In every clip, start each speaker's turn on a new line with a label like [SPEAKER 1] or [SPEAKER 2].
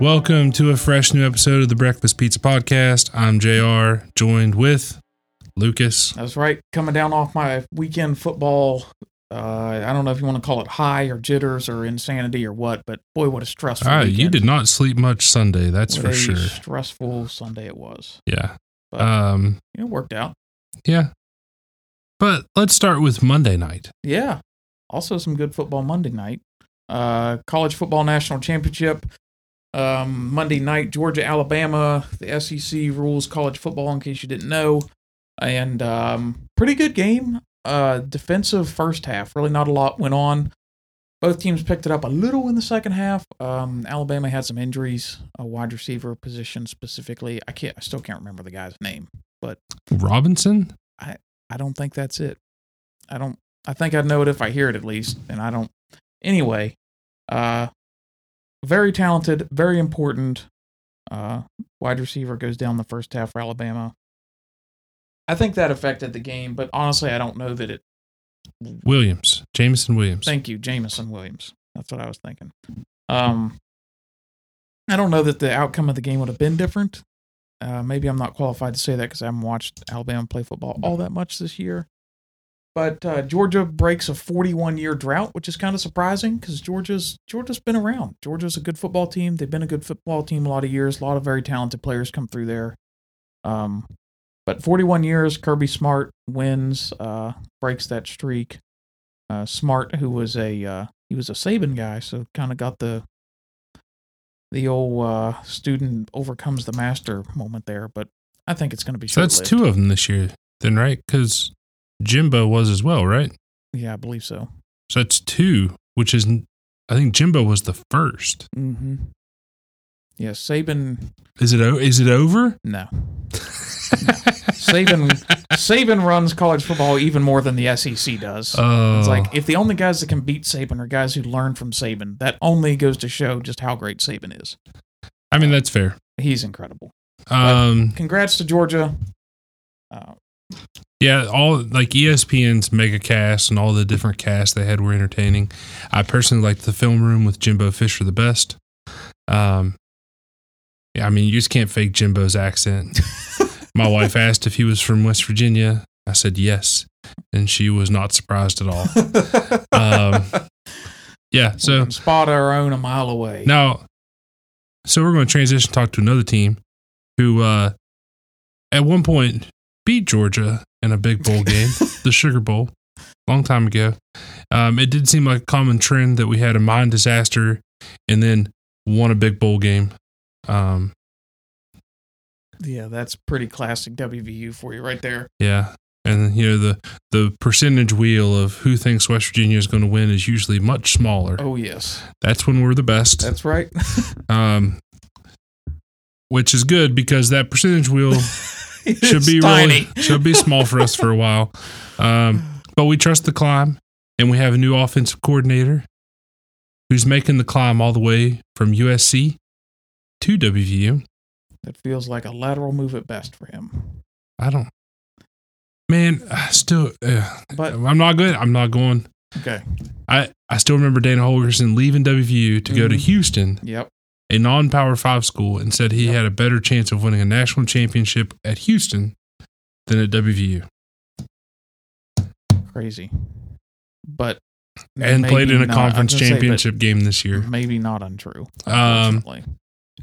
[SPEAKER 1] Welcome to a fresh new episode of the Breakfast Pizza Podcast. I'm JR, joined with Lucas.
[SPEAKER 2] That's right. Coming down off my weekend football. Uh, I don't know if you want to call it high or jitters or insanity or what, but boy, what a stressful.
[SPEAKER 1] Ah, you
[SPEAKER 2] weekend.
[SPEAKER 1] did not sleep much Sunday, that's
[SPEAKER 2] What
[SPEAKER 1] for
[SPEAKER 2] a
[SPEAKER 1] sure.
[SPEAKER 2] Stressful Sunday it was.
[SPEAKER 1] Yeah.
[SPEAKER 2] But
[SPEAKER 1] Um,
[SPEAKER 2] it worked out.
[SPEAKER 1] yeah. But let's start with Monday night.
[SPEAKER 2] Yeah. Also, some good football Monday night. Uh, college football national championship. Um, Monday night, Georgia, Alabama. The SEC rules college football, in case you didn't know. And um, pretty good game. Uh, defensive first half. Really, not a lot went on. Both teams picked it up a little in the second half. Um, Alabama had some injuries, a wide receiver position specifically. I can't. I still can't remember the guy's name.
[SPEAKER 1] Robinson?
[SPEAKER 2] I don't think that's it. I don't. I think I know it if I hear it at least, and I don't. Anyway, uh, very talented, very important. Uh, wide receiver goes down the first half for Alabama. I think that affected the game, but honestly, I don't know that it.
[SPEAKER 1] Williams. Jameson Williams.
[SPEAKER 2] Thank you, Jamison Williams. That's what I was thinking. Um, I don't know that the outcome of the game would have been different. Uh, maybe I'm not qualified to say that because I haven't watched Alabama play football all that much this year. But uh, Georgia breaks a 41 year drought, which is kind of surprising because Georgia's Georgia's been around. Georgia's a good football team. They've been a good football team a lot of years. A lot of very talented players come through there. Um, but 41 years, Kirby Smart wins, uh, breaks that streak. Uh, Smart, who was a uh, he was a Saban guy, so kind of got the the old uh, student overcomes the master moment there. But I think it's going to be
[SPEAKER 1] so that's
[SPEAKER 2] short-lived.
[SPEAKER 1] two of them this year, then, right? Because Jimbo was as well, right?
[SPEAKER 2] Yeah, I believe so.
[SPEAKER 1] So that's two, which is, I think Jimbo was the first.
[SPEAKER 2] Mm-hmm. Yeah, Saban.
[SPEAKER 1] Is it, o- is it over?
[SPEAKER 2] No, Saban. Saban runs college football even more than the SEC does.
[SPEAKER 1] Oh.
[SPEAKER 2] it's like if the only guys that can beat Saban are guys who learn from Saban, that only goes to show just how great Saban is.
[SPEAKER 1] I mean, that's fair.
[SPEAKER 2] He's incredible.
[SPEAKER 1] Um,
[SPEAKER 2] Congrats to Georgia. Uh,
[SPEAKER 1] yeah, all like E ESPN's mega cast and all the different casts they had were entertaining. I personally liked the film room with Jimbo Fisher the best. Um, yeah, I mean, you just can't fake Jimbo's accent. My wife asked if he was from West Virginia. I said yes, and she was not surprised at all. Um, yeah,
[SPEAKER 2] we
[SPEAKER 1] so
[SPEAKER 2] can spot our own a mile away.
[SPEAKER 1] Now, so we're going to transition talk to another team who, uh, at one point, beat Georgia in a big bowl game, the Sugar Bowl, long time ago. Um, it did seem like a common trend that we had a mine disaster and then won a big bowl game. Um,
[SPEAKER 2] yeah, that's pretty classic WVU for you right there.
[SPEAKER 1] yeah. And you know the the percentage wheel of who thinks West Virginia is going to win is usually much smaller.
[SPEAKER 2] Oh yes,
[SPEAKER 1] That's when we're the best.
[SPEAKER 2] that's right.
[SPEAKER 1] um, which is good because that percentage wheel should be
[SPEAKER 2] tiny.
[SPEAKER 1] really should be small for us for a while. Um, but we trust the climb, and we have a new offensive coordinator who's making the climb all the way from USC to WVU.
[SPEAKER 2] That feels like a lateral move at best for him.
[SPEAKER 1] I don't, man. I still, uh,
[SPEAKER 2] But
[SPEAKER 1] I'm not good. I'm not going.
[SPEAKER 2] okay,
[SPEAKER 1] I I still remember Dana Holgerson leaving WVU to go to
[SPEAKER 2] Mhm.
[SPEAKER 1] Houston,
[SPEAKER 2] yep,
[SPEAKER 1] a non-power five school, and said he
[SPEAKER 2] Yep.
[SPEAKER 1] had a better chance of winning a national championship at Houston than at WVU,
[SPEAKER 2] crazy. But
[SPEAKER 1] and
[SPEAKER 2] maybe
[SPEAKER 1] played in a
[SPEAKER 2] not- I was
[SPEAKER 1] conference
[SPEAKER 2] gonna say, but
[SPEAKER 1] championship game this year.
[SPEAKER 2] Maybe not untrue.
[SPEAKER 1] Um,
[SPEAKER 2] unfortunately.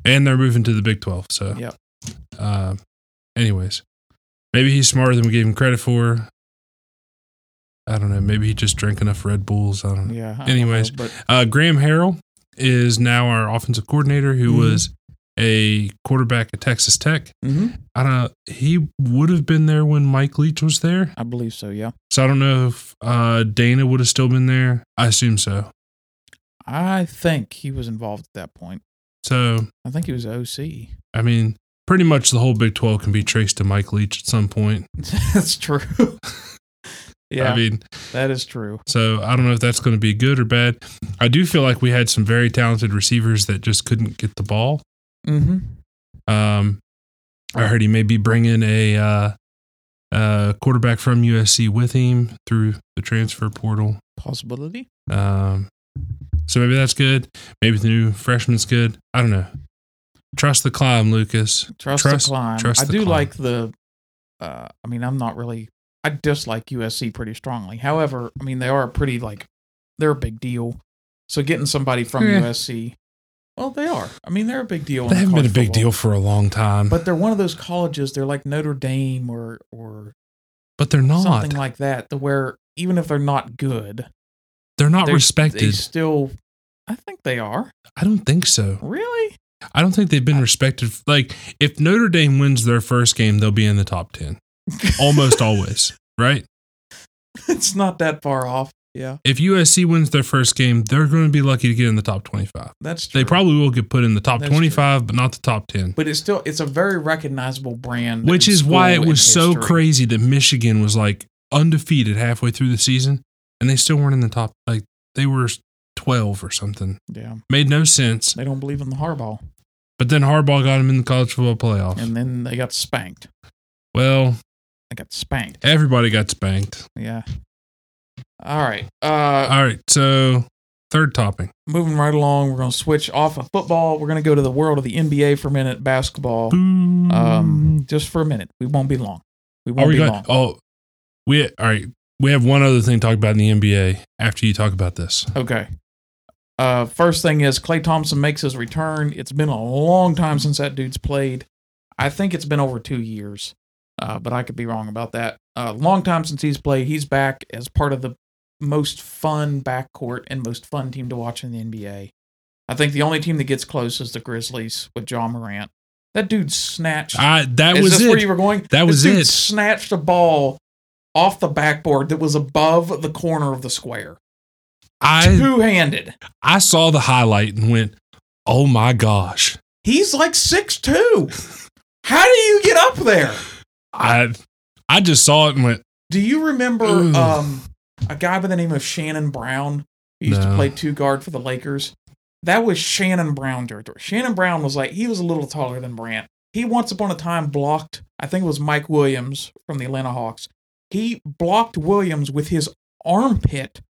[SPEAKER 1] and they're moving to the Big 12. So,
[SPEAKER 2] Yep.
[SPEAKER 1] Um, anyways, maybe he's smarter than we gave him credit for. I don't know. Maybe he just drank enough Red Bulls. I don't know.
[SPEAKER 2] yeah. I don't
[SPEAKER 1] anyways,
[SPEAKER 2] know, but
[SPEAKER 1] Uh, Graham Harrell is now our offensive coordinator, who
[SPEAKER 2] Mhm.
[SPEAKER 1] was a quarterback at Texas Tech.
[SPEAKER 2] mhm,
[SPEAKER 1] I don't know. He would have been there when Mike Leach was there.
[SPEAKER 2] I believe so. Yeah,
[SPEAKER 1] So I don't know if uh, Dana would have still been there. I assume so.
[SPEAKER 2] I think he was involved at that point.
[SPEAKER 1] So,
[SPEAKER 2] I think he was OC.
[SPEAKER 1] I mean, pretty much the whole Big 12 can be traced to Mike Leach at some point.
[SPEAKER 2] that's true. yeah,
[SPEAKER 1] I mean,
[SPEAKER 2] that is true.
[SPEAKER 1] So I don't know if that's going to be good or bad. I do feel like we had some very talented receivers that just couldn't get the ball.
[SPEAKER 2] Mm-hmm.
[SPEAKER 1] Um, I heard he may be bringing a uh, uh, quarterback from USC with him through the transfer portal.
[SPEAKER 2] Possibility.
[SPEAKER 1] Um, so maybe that's good. Maybe the new freshman's good. I don't know. Trust the climb, Lucas.
[SPEAKER 2] Trust,
[SPEAKER 1] Trust-
[SPEAKER 2] the climb.
[SPEAKER 1] trust
[SPEAKER 2] I
[SPEAKER 1] the
[SPEAKER 2] do
[SPEAKER 1] climb.
[SPEAKER 2] like the. Uh, I mean, I'm not really. I dislike USC pretty strongly. However, I mean they are a pretty like they're a big deal. So getting somebody from
[SPEAKER 1] Yeah.
[SPEAKER 2] USC, well, they are. I mean, they're a big deal. in
[SPEAKER 1] They haven't been a
[SPEAKER 2] college
[SPEAKER 1] big
[SPEAKER 2] football.
[SPEAKER 1] deal for a long time, but,
[SPEAKER 2] but they're one of those colleges. They're like Notre Dame or or
[SPEAKER 1] they're not.
[SPEAKER 2] something like that. To where even if they're not good,
[SPEAKER 1] they're not
[SPEAKER 2] they're-
[SPEAKER 1] respected.
[SPEAKER 2] they still. I think they are.
[SPEAKER 1] I don't think so.
[SPEAKER 2] Really?
[SPEAKER 1] I don't think they've been respected. Like, if Notre Dame wins their first game, they'll be in the top 10 almost always, right?
[SPEAKER 2] it's not that far off. Yeah,
[SPEAKER 1] If USC wins their first game, they're going to be lucky to get in the top 25.
[SPEAKER 2] that's true.
[SPEAKER 1] They probably will get put in the top
[SPEAKER 2] That's true.
[SPEAKER 1] 25, but not the top 10.
[SPEAKER 2] but it's still it's a very recognizable brand
[SPEAKER 1] Which
[SPEAKER 2] in
[SPEAKER 1] is why it
[SPEAKER 2] school
[SPEAKER 1] was
[SPEAKER 2] and
[SPEAKER 1] so
[SPEAKER 2] history.
[SPEAKER 1] crazy that Michigan was like undefeated halfway through the season and they still weren't in the top. Like, they were 12 or something.
[SPEAKER 2] yeah
[SPEAKER 1] Made no sense.
[SPEAKER 2] they don't believe in the harbaugh
[SPEAKER 1] But then Harbaugh got him in the college football playoff.
[SPEAKER 2] and then they got spanked
[SPEAKER 1] well,
[SPEAKER 2] they got spanked
[SPEAKER 1] everybody got spanked.
[SPEAKER 2] yeah all right uh
[SPEAKER 1] All right. So, third topping.
[SPEAKER 2] moving right along we're gonna switch off of football we're gonna go to the world of the nba for a minute basketball um just for a minute we won't be long we
[SPEAKER 1] Are
[SPEAKER 2] won't
[SPEAKER 1] we
[SPEAKER 2] be
[SPEAKER 1] going?
[SPEAKER 2] long
[SPEAKER 1] Oh, we all right. We have one other thing to talk about in the NBA after you talk about this.
[SPEAKER 2] okay uh first thing is clay thompson makes his return it's been a long time since that dude's played I think it's been over two years, uh, but I could be wrong about that. uh, long time since he's played. He's back as part of the most fun backcourt and most fun team to watch in the NBA. I think the only team that gets close is the Grizzlies with John Morant. That dude snatched.
[SPEAKER 1] I that
[SPEAKER 2] is
[SPEAKER 1] was
[SPEAKER 2] this
[SPEAKER 1] it.
[SPEAKER 2] where you were going?
[SPEAKER 1] That
[SPEAKER 2] This
[SPEAKER 1] was
[SPEAKER 2] dude
[SPEAKER 1] it.
[SPEAKER 2] Snatched a ball off the backboard that was above the corner of the square,
[SPEAKER 1] I
[SPEAKER 2] two handed.
[SPEAKER 1] I saw the highlight and went, "Oh my gosh!"
[SPEAKER 2] He's like six two. How do you get up there?
[SPEAKER 1] I I just saw it and went,
[SPEAKER 2] Do you remember
[SPEAKER 1] Ooh.
[SPEAKER 2] um, a guy by the name of Shannon Brown who used
[SPEAKER 1] No.
[SPEAKER 2] to play two guard for the Lakers? That was Shannon Brown territory. Shannon Brown was like he was a little taller than Brant. He once upon a time blocked, I think it was Mike Williams from the Atlanta Hawks. He blocked Williams with his armpit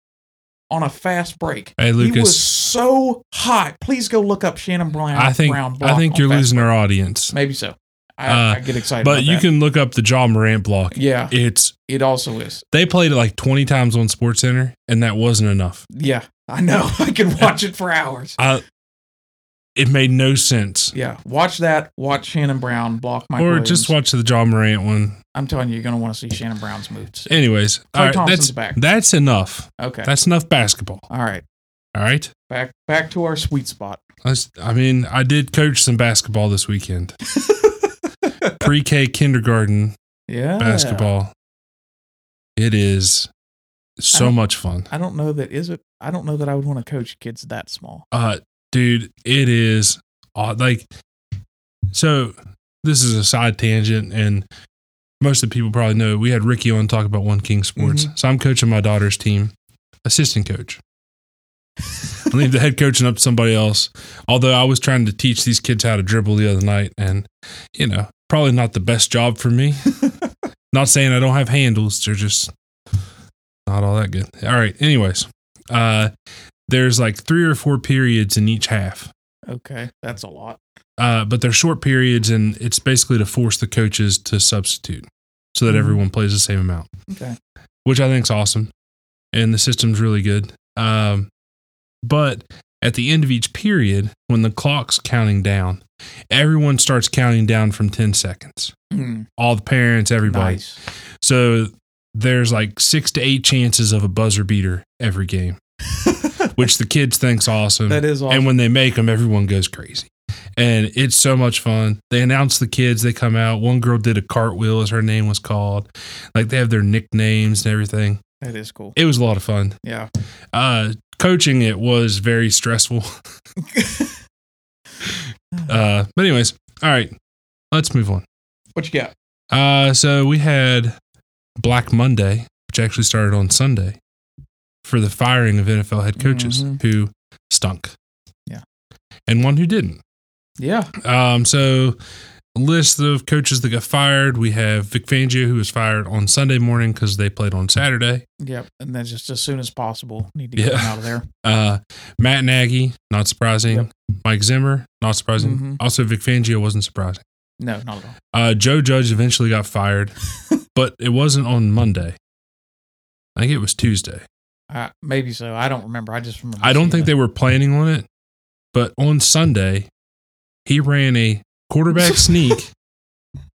[SPEAKER 2] on a fast break.
[SPEAKER 1] "Hey
[SPEAKER 2] He was
[SPEAKER 1] Lucas,
[SPEAKER 2] so hot. Please go look up Shannon Brown.
[SPEAKER 1] I think
[SPEAKER 2] Brown block
[SPEAKER 1] I think
[SPEAKER 2] on
[SPEAKER 1] you're
[SPEAKER 2] fast-
[SPEAKER 1] losing our audience."
[SPEAKER 2] Maybe so. I,
[SPEAKER 1] Uh,
[SPEAKER 2] I get excited.
[SPEAKER 1] But
[SPEAKER 2] about
[SPEAKER 1] you
[SPEAKER 2] that.
[SPEAKER 1] can look up the John Morant block.
[SPEAKER 2] Yeah,
[SPEAKER 1] It's
[SPEAKER 2] it also is.
[SPEAKER 1] they played it like 20 times on Sports Center, and that wasn't enough.
[SPEAKER 2] Yeah, I know. I can watch it for hours.
[SPEAKER 1] I it made no sense.
[SPEAKER 2] Yeah, watch that. Watch Shannon Brown block my.
[SPEAKER 1] or just watch the John Morant one.
[SPEAKER 2] I'm telling you, you're gonna want to see Shannon Brown's moves.
[SPEAKER 1] Anyways, all right,
[SPEAKER 2] Thompson's
[SPEAKER 1] that's
[SPEAKER 2] back.
[SPEAKER 1] that's enough.
[SPEAKER 2] Okay.
[SPEAKER 1] That's enough basketball.
[SPEAKER 2] All right.
[SPEAKER 1] All right.
[SPEAKER 2] Back back to our sweet spot.
[SPEAKER 1] Let's- I mean, I did coach some basketball this weekend. Pre-K kindergarten
[SPEAKER 2] Yeah.
[SPEAKER 1] basketball. It is
[SPEAKER 2] I
[SPEAKER 1] so
[SPEAKER 2] don't-
[SPEAKER 1] much fun.
[SPEAKER 2] I don't know that is it. I don't know that I would want to coach kids that small.
[SPEAKER 1] Uh dude, it is aw- like so this is a side tangent and most of the people probably know we had Ricky on talk about One King Sports. So I'm coaching my daughter's team, assistant coach. I leave the head coaching up to somebody else. Although I was trying to teach these kids how to dribble the other night, and you know, probably not the best job for me. not saying I don't have handles; they're just not all that good. All right. Anyways, uh, there's like three or four periods in each half,
[SPEAKER 2] Okay, that's a lot.
[SPEAKER 1] uh, but they're short periods, and it's basically to force the coaches to substitute so that
[SPEAKER 2] Mhm.
[SPEAKER 1] everyone plays the same amount
[SPEAKER 2] Okay.
[SPEAKER 1] which I think is awesome, and the system's really good. Um, but at the end of each period, when the clock's counting down, everyone starts counting down from ten seconds.
[SPEAKER 2] Hmm,
[SPEAKER 1] All the parents, everybody.
[SPEAKER 2] nice.
[SPEAKER 1] So there's like six to eight chances of a buzzer beater every game, which the kids think's awesome.
[SPEAKER 2] That is awesome.
[SPEAKER 1] And when they make them, everyone goes crazy. And it's so much fun. They announce the kids, they come out. One girl did a cartwheel, as her name was called. Like they have their nicknames and everything.
[SPEAKER 2] that is cool.
[SPEAKER 1] It was a lot of fun.
[SPEAKER 2] Yeah.
[SPEAKER 1] Uh, coaching it was very stressful. Uh, but, anyways, all right, let's move on.
[SPEAKER 2] what you got?
[SPEAKER 1] Uh, so we had Black Monday, which actually started on Sunday for the firing of NFL head coaches
[SPEAKER 2] Mhm.
[SPEAKER 1] who stunk.
[SPEAKER 2] Yeah.
[SPEAKER 1] And one who didn't.
[SPEAKER 2] Yeah.
[SPEAKER 1] Um, so list of coaches that got fired. We have Vic Fangio, who was fired on Sunday morning because they played on Saturday.
[SPEAKER 2] Yep. And then just as soon as possible, need to get
[SPEAKER 1] Yeah.
[SPEAKER 2] them out of there.
[SPEAKER 1] Uh, Matt Nagy, not surprising.
[SPEAKER 2] Yep.
[SPEAKER 1] Mike Zimmer, not surprising.
[SPEAKER 2] Mhm.
[SPEAKER 1] Also, Vic Fangio wasn't surprising.
[SPEAKER 2] No, not at all.
[SPEAKER 1] Uh, Joe Judge eventually got fired, but it wasn't on Monday. I think it was Tuesday.
[SPEAKER 2] Uh, maybe so. I don't remember. I just remember.
[SPEAKER 1] I don't think
[SPEAKER 2] seeing
[SPEAKER 1] they were planning on it, but on Sunday, he ran a quarterback sneak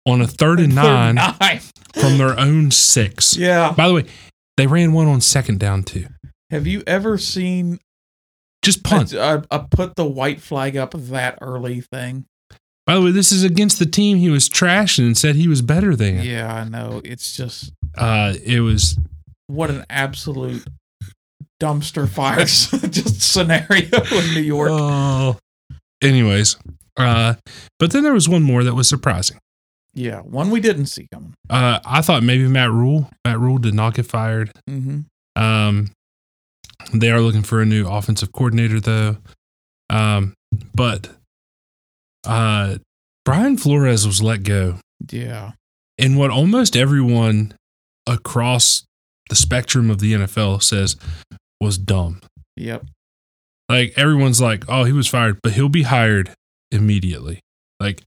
[SPEAKER 1] on a third
[SPEAKER 2] it.
[SPEAKER 1] and nine
[SPEAKER 2] Nine.
[SPEAKER 1] from their own six.
[SPEAKER 2] Yeah.
[SPEAKER 1] By the way, they ran one on second down too.
[SPEAKER 2] Have you ever seen
[SPEAKER 1] Just
[SPEAKER 2] a,
[SPEAKER 1] punt.
[SPEAKER 2] a, a put the white flag up that early thing?
[SPEAKER 1] By the way, this is against the team he was trashing and said he was better
[SPEAKER 2] Yeah.
[SPEAKER 1] than.
[SPEAKER 2] I know. It's just
[SPEAKER 1] Uh, it was
[SPEAKER 2] what an absolute dumpster fire just scenario in New York.
[SPEAKER 1] Oh. Anyways, uh, but then there was one more that was surprising.
[SPEAKER 2] yeah, one we didn't see coming.
[SPEAKER 1] Uh, I thought maybe Matt Rule. Matt Rule did not get fired.
[SPEAKER 2] Mm-hmm.
[SPEAKER 1] Um, they are looking for a new offensive coordinator, though. Um, but uh, Brian Flores was let go,
[SPEAKER 2] Yeah.
[SPEAKER 1] and what almost everyone across the spectrum of the NFL says was dumb.
[SPEAKER 2] Yep.
[SPEAKER 1] Like everyone's like, oh, he was fired, but he'll be hired immediately. Like,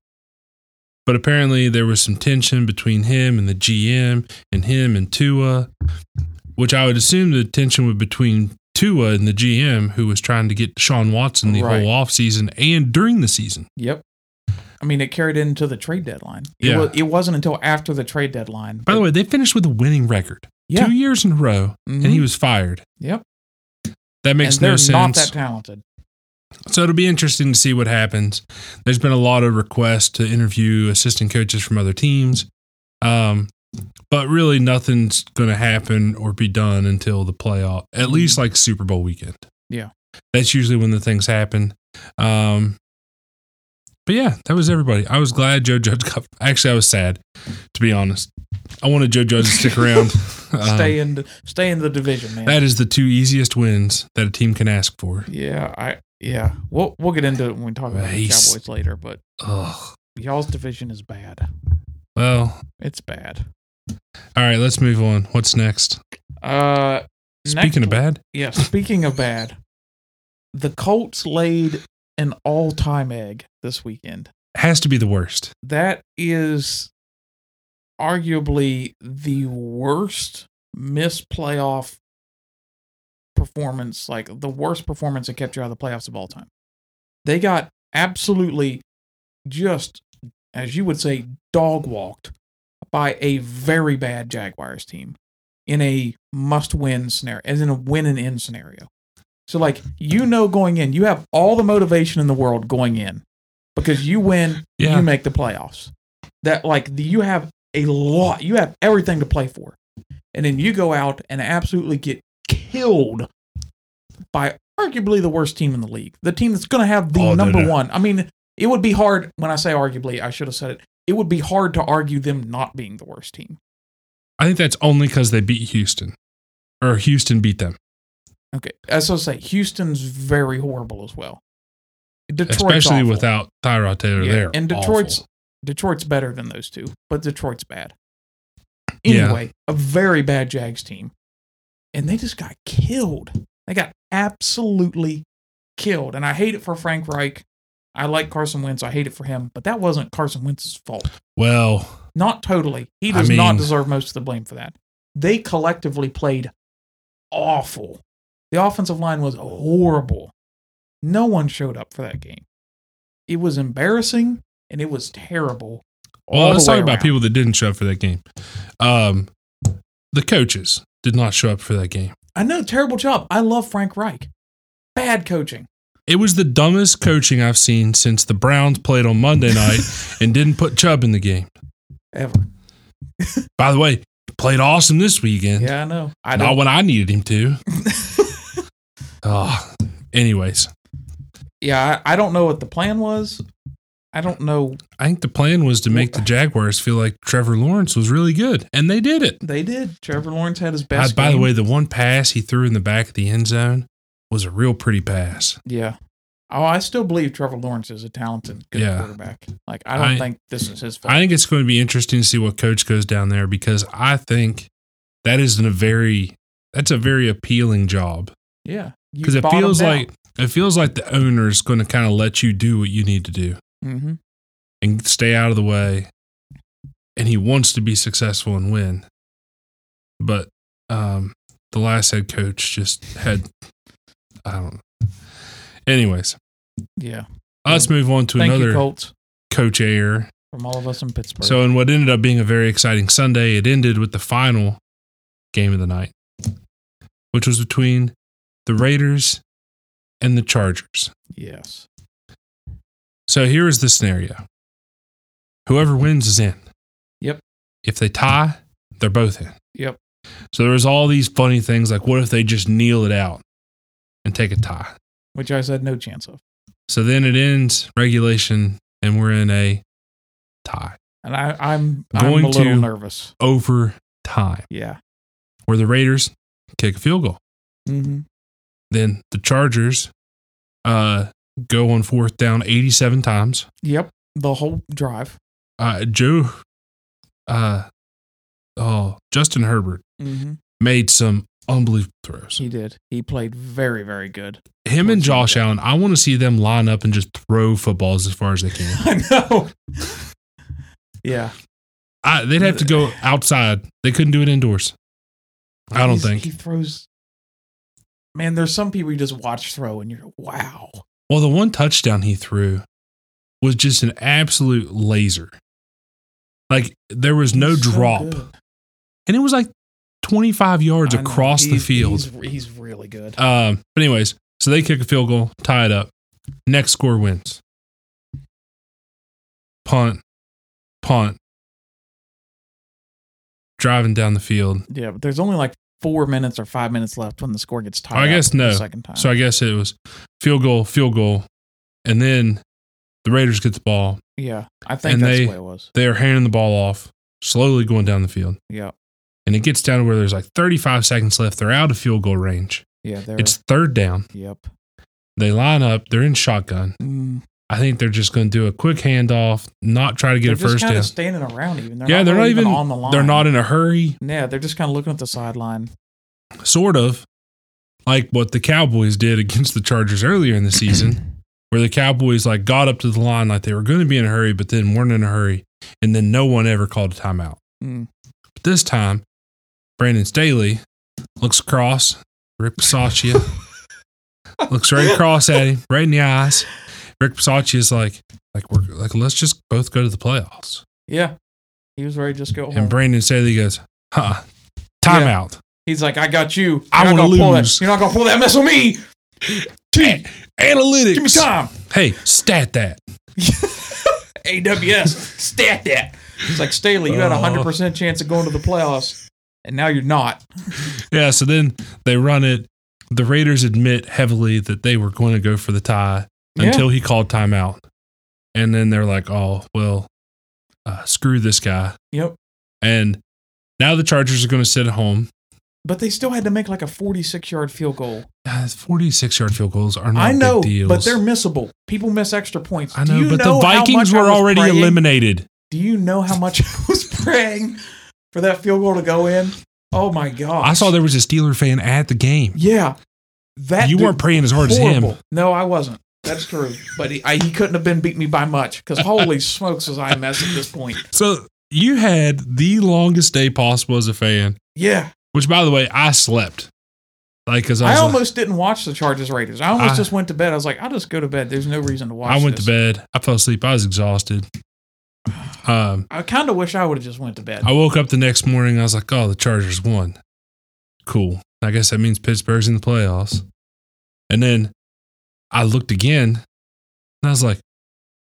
[SPEAKER 1] but apparently there was some tension between him and the GM and him and Tua, which I would assume the tension was between Tua and the GM, who was trying to get Deshaun Watson the
[SPEAKER 2] Right.
[SPEAKER 1] whole offseason and during the season.
[SPEAKER 2] Yep. I mean, it carried into the trade deadline. It,
[SPEAKER 1] Yeah.
[SPEAKER 2] wa- it wasn't until after the trade deadline.
[SPEAKER 1] By the way, they finished with a winning record
[SPEAKER 2] yeah.
[SPEAKER 1] two years in a row, and he
[SPEAKER 2] Mhm.
[SPEAKER 1] was fired.
[SPEAKER 2] Yep.
[SPEAKER 1] That makes
[SPEAKER 2] and they're
[SPEAKER 1] no
[SPEAKER 2] not
[SPEAKER 1] sense.
[SPEAKER 2] that talented.
[SPEAKER 1] So it'll be interesting to see what happens. There's been a lot of requests to interview assistant coaches from other teams, um, but really nothing's going to happen or be done until the playoff, at least like Super Bowl weekend.
[SPEAKER 2] Mm-hmm. Yeah.
[SPEAKER 1] that's usually when the things happen. Um, but yeah, that was everybody. I was glad Joe Judge got. Actually, I was sad, to be honest. I wanted Joe Judge to stick around. Um,
[SPEAKER 2] stay in the, stay in the division, man.
[SPEAKER 1] that is the two easiest wins that a team can ask for.
[SPEAKER 2] yeah, I yeah. We'll we'll get into it when we talk about the
[SPEAKER 1] Nice.
[SPEAKER 2] Cowboys later, but
[SPEAKER 1] Ugh.
[SPEAKER 2] y'all's division is bad.
[SPEAKER 1] Well,
[SPEAKER 2] It's bad.
[SPEAKER 1] all right, let's move on. What's next?
[SPEAKER 2] Uh
[SPEAKER 1] Speaking of bad,
[SPEAKER 2] Yeah, speaking of bad, the Colts laid an all-time egg this weekend.
[SPEAKER 1] has to be the worst.
[SPEAKER 2] That is arguably the worst missed playoff performance, like the worst performance that kept you out of the playoffs of all time. They got absolutely just, as you would say, dog walked by a very bad Jaguars team in a must win scenario, as in a win and end scenario. So, like, you know, going in, you have all the motivation in the world going in because you win,
[SPEAKER 1] Yeah.
[SPEAKER 2] you make the playoffs. That, like, the, you have a lot, you have everything to play for. And then you go out and absolutely get killed by arguably the worst team in the league, the team that's going to have the
[SPEAKER 1] Oh, no,
[SPEAKER 2] number
[SPEAKER 1] no.
[SPEAKER 2] one. I mean, it would be hard when I say arguably, I should have said it. It would be hard to argue them not being the worst team.
[SPEAKER 1] I think that's only because they beat Houston, or Houston beat them,
[SPEAKER 2] Okay. As I say, Houston's very horrible as well. Detroit's
[SPEAKER 1] especially
[SPEAKER 2] awful.
[SPEAKER 1] without Tyrod Taylor
[SPEAKER 2] Yeah,
[SPEAKER 1] there.
[SPEAKER 2] And Detroit's
[SPEAKER 1] Awful.
[SPEAKER 2] Detroit's better than those two, but Detroit's bad.
[SPEAKER 1] Yeah.
[SPEAKER 2] Anyway, a very bad Jags team. And they just got killed. They got absolutely killed. And I hate it for Frank Reich. I like Carson Wentz. I hate it for him, but that wasn't Carson Wentz's fault.
[SPEAKER 1] well,
[SPEAKER 2] Not totally. He
[SPEAKER 1] I
[SPEAKER 2] does not
[SPEAKER 1] mean-
[SPEAKER 2] deserve most of the blame for that. They collectively played awful. The offensive line was horrible. No one showed up for that game. It was embarrassing and it was terrible.
[SPEAKER 1] well,
[SPEAKER 2] all
[SPEAKER 1] let's
[SPEAKER 2] the
[SPEAKER 1] talk
[SPEAKER 2] way
[SPEAKER 1] about
[SPEAKER 2] around.
[SPEAKER 1] people that didn't show up for that game. Um, the coaches did not show up for that game.
[SPEAKER 2] I know, terrible job. I love Frank Reich. Bad coaching.
[SPEAKER 1] It was the dumbest coaching I've seen since the Browns played on Monday night and didn't put Chubb in the game.
[SPEAKER 2] Ever.
[SPEAKER 1] By the way, played awesome this weekend.
[SPEAKER 2] Yeah, I know. I
[SPEAKER 1] not
[SPEAKER 2] don't.
[SPEAKER 1] when I needed him to. Ah, anyways,
[SPEAKER 2] Yeah, I, I don't know what the plan was. I don't know.
[SPEAKER 1] I think the plan was to make the Jaguars feel like Trevor Lawrence was really good, and they did it.
[SPEAKER 2] They did. Trevor Lawrence had his
[SPEAKER 1] I,
[SPEAKER 2] best.
[SPEAKER 1] by the
[SPEAKER 2] game.
[SPEAKER 1] way, the one pass he threw in the back of the end zone was a real pretty pass.
[SPEAKER 2] yeah, Oh, I still believe Trevor Lawrence is a talented, good
[SPEAKER 1] Yeah.
[SPEAKER 2] quarterback. Like I don't
[SPEAKER 1] I-
[SPEAKER 2] think this is his fault.
[SPEAKER 1] I think it's going to be interesting to see what coach goes down there because I think that is a very that's a very appealing job
[SPEAKER 2] yeah,
[SPEAKER 1] because it feels like it feels like the owner is going to kind of let you do what you need to do
[SPEAKER 2] hmm
[SPEAKER 1] and stay out of the way, and he wants to be successful and win. But um, the last head coach just had I don't. know. Anyways,
[SPEAKER 2] yeah.
[SPEAKER 1] let's move on to
[SPEAKER 2] Thank you,
[SPEAKER 1] another
[SPEAKER 2] Colts,
[SPEAKER 1] coach air.
[SPEAKER 2] from all of us in Pittsburgh.
[SPEAKER 1] So, in what ended up being a very exciting Sunday, it ended with the final game of the night, which was between the Raiders and the Chargers.
[SPEAKER 2] yes,
[SPEAKER 1] So, here is the scenario whoever wins is in.
[SPEAKER 2] Yep.
[SPEAKER 1] If they tie, they're both in.
[SPEAKER 2] yep,
[SPEAKER 1] So, there was all these funny things like what if they just kneel it out and take a tie?
[SPEAKER 2] which I said no chance of,
[SPEAKER 1] So, then it ends regulation, and we're in a tie
[SPEAKER 2] and I, I'm I'm
[SPEAKER 1] Going
[SPEAKER 2] a little
[SPEAKER 1] to-
[SPEAKER 2] nervous.
[SPEAKER 1] over time
[SPEAKER 2] Yeah,
[SPEAKER 1] where the Raiders kick a field goal.
[SPEAKER 2] mm-hmm.
[SPEAKER 1] Then the Chargers uh, go on fourth down 87 times.
[SPEAKER 2] yep, the whole drive.
[SPEAKER 1] Uh, Joe, uh, oh, Justin Herbert
[SPEAKER 2] Mm-hmm.
[SPEAKER 1] made some unbelievable throws.
[SPEAKER 2] He did. He played very, very good.
[SPEAKER 1] Him and Josh Allen, I want to see them line up and just throw footballs as far as they can.
[SPEAKER 2] I know. yeah,
[SPEAKER 1] I, they'd have to go outside. They couldn't do it indoors. I don't
[SPEAKER 2] He's-
[SPEAKER 1] think.
[SPEAKER 2] he throws. Man, there's some people you just watch throw, and you're wow.
[SPEAKER 1] Well, the one touchdown he threw was just an absolute laser. Like there was no
[SPEAKER 2] He's so
[SPEAKER 1] drop.
[SPEAKER 2] good.
[SPEAKER 1] and it was like 25 yards
[SPEAKER 2] I know.
[SPEAKER 1] across the
[SPEAKER 2] He's-
[SPEAKER 1] field.
[SPEAKER 2] He's, he's really good.
[SPEAKER 1] Um, but anyways, so they kick a field goal, tie it up. Next score wins. Punt, punt. Driving down the field.
[SPEAKER 2] Yeah, but there's only like four minutes or five minutes left when the score gets tied.
[SPEAKER 1] I
[SPEAKER 2] up
[SPEAKER 1] guess
[SPEAKER 2] for the
[SPEAKER 1] no.
[SPEAKER 2] second time.
[SPEAKER 1] So I guess it was field goal, field goal, and then the Raiders get the ball.
[SPEAKER 2] yeah, I think
[SPEAKER 1] And
[SPEAKER 2] that's
[SPEAKER 1] they-
[SPEAKER 2] the way it was.
[SPEAKER 1] They are handing the ball off, slowly going down the field.
[SPEAKER 2] Yeah,
[SPEAKER 1] And it gets down to where there's like 35 seconds left. They're out of field goal range.
[SPEAKER 2] yeah, there.
[SPEAKER 1] It's third down.
[SPEAKER 2] Yep.
[SPEAKER 1] They line up. They're in shotgun.
[SPEAKER 2] Mm,
[SPEAKER 1] I think they're just going to do a quick handoff, not try to get
[SPEAKER 2] they're
[SPEAKER 1] a first
[SPEAKER 2] just kind
[SPEAKER 1] down.
[SPEAKER 2] of standing around. Even they're
[SPEAKER 1] Yeah,
[SPEAKER 2] not
[SPEAKER 1] they're not
[SPEAKER 2] really
[SPEAKER 1] even-
[SPEAKER 2] on the line.
[SPEAKER 1] They're not in a hurry,
[SPEAKER 2] Yeah, they're just kind of looking at the sideline.
[SPEAKER 1] sort of like what the Cowboys did against the Chargers earlier in the season, where the Cowboys like got up to the line like they were going to be in a hurry, but then weren't in a hurry, and then no one ever called a timeout.
[SPEAKER 2] Mm,
[SPEAKER 1] But this time, Brandon Staley looks across, Rick Passaccia looks right across at him, right in the eyes. Rick Passaccia is like, like we're like, let's just both go to the playoffs.
[SPEAKER 2] yeah, he was ready to just go home.
[SPEAKER 1] And Brandon Staley goes, huh, timeout.
[SPEAKER 2] He's like, I got you. You're
[SPEAKER 1] I
[SPEAKER 2] not
[SPEAKER 1] wanna
[SPEAKER 2] gonna pull that-
[SPEAKER 1] lose.
[SPEAKER 2] You're not gonna pull that mess on me. T,
[SPEAKER 1] Analytics.
[SPEAKER 2] give me time.
[SPEAKER 1] Hey, stat that.
[SPEAKER 2] AWS, stat that. It's like Staley, you had a
[SPEAKER 1] Oh.
[SPEAKER 2] hundred percent chance of going to the playoffs, and now you're not.
[SPEAKER 1] Yeah, so then they run it. The Raiders admit heavily that they were going to go for the tie
[SPEAKER 2] Yeah.
[SPEAKER 1] until he called timeout. And then they're like, oh, well, uh, screw this guy.
[SPEAKER 2] Yep.
[SPEAKER 1] And now the Chargers are going to sit at home.
[SPEAKER 2] But they still had to make like a 46 yard field goal.
[SPEAKER 1] Uh, 46 yard field goals are not
[SPEAKER 2] I know,
[SPEAKER 1] big deals.
[SPEAKER 2] but they're missable. People miss extra points.
[SPEAKER 1] I
[SPEAKER 2] Do
[SPEAKER 1] know,
[SPEAKER 2] you
[SPEAKER 1] but
[SPEAKER 2] know
[SPEAKER 1] the
[SPEAKER 2] how much
[SPEAKER 1] Vikings
[SPEAKER 2] I
[SPEAKER 1] were
[SPEAKER 2] was
[SPEAKER 1] already
[SPEAKER 2] praying-
[SPEAKER 1] eliminated.
[SPEAKER 2] Do you know how much I was praying for that field goal to go in? Oh my god!
[SPEAKER 1] I saw there was a Steeler fan at the game.
[SPEAKER 2] Yeah, that
[SPEAKER 1] you
[SPEAKER 2] dude-
[SPEAKER 1] weren't praying as hard as Oh, him.
[SPEAKER 2] horrible. No, I wasn't. That's true. But he, I, he couldn't have been beat me by much because holy smokes, was I a mess at this point.
[SPEAKER 1] So you had the longest day possible as a fan,
[SPEAKER 2] Yeah,
[SPEAKER 1] which, by the way, I slept. Like, because I,
[SPEAKER 2] I
[SPEAKER 1] was like-
[SPEAKER 2] almost didn't watch the Chargers Raiders. I almost
[SPEAKER 1] I-
[SPEAKER 2] just went to bed. I was like, I'll just go to bed. There's no reason to watch.
[SPEAKER 1] I went
[SPEAKER 2] this.
[SPEAKER 1] to bed. I fell asleep. I was exhausted. Um,
[SPEAKER 2] I kind of wish I would have just went to bed.
[SPEAKER 1] I woke up the next morning. I was like, "Oh, the Chargers won. Cool. I guess that means Pittsburgh's in the playoffs." And then I looked again, and I was like,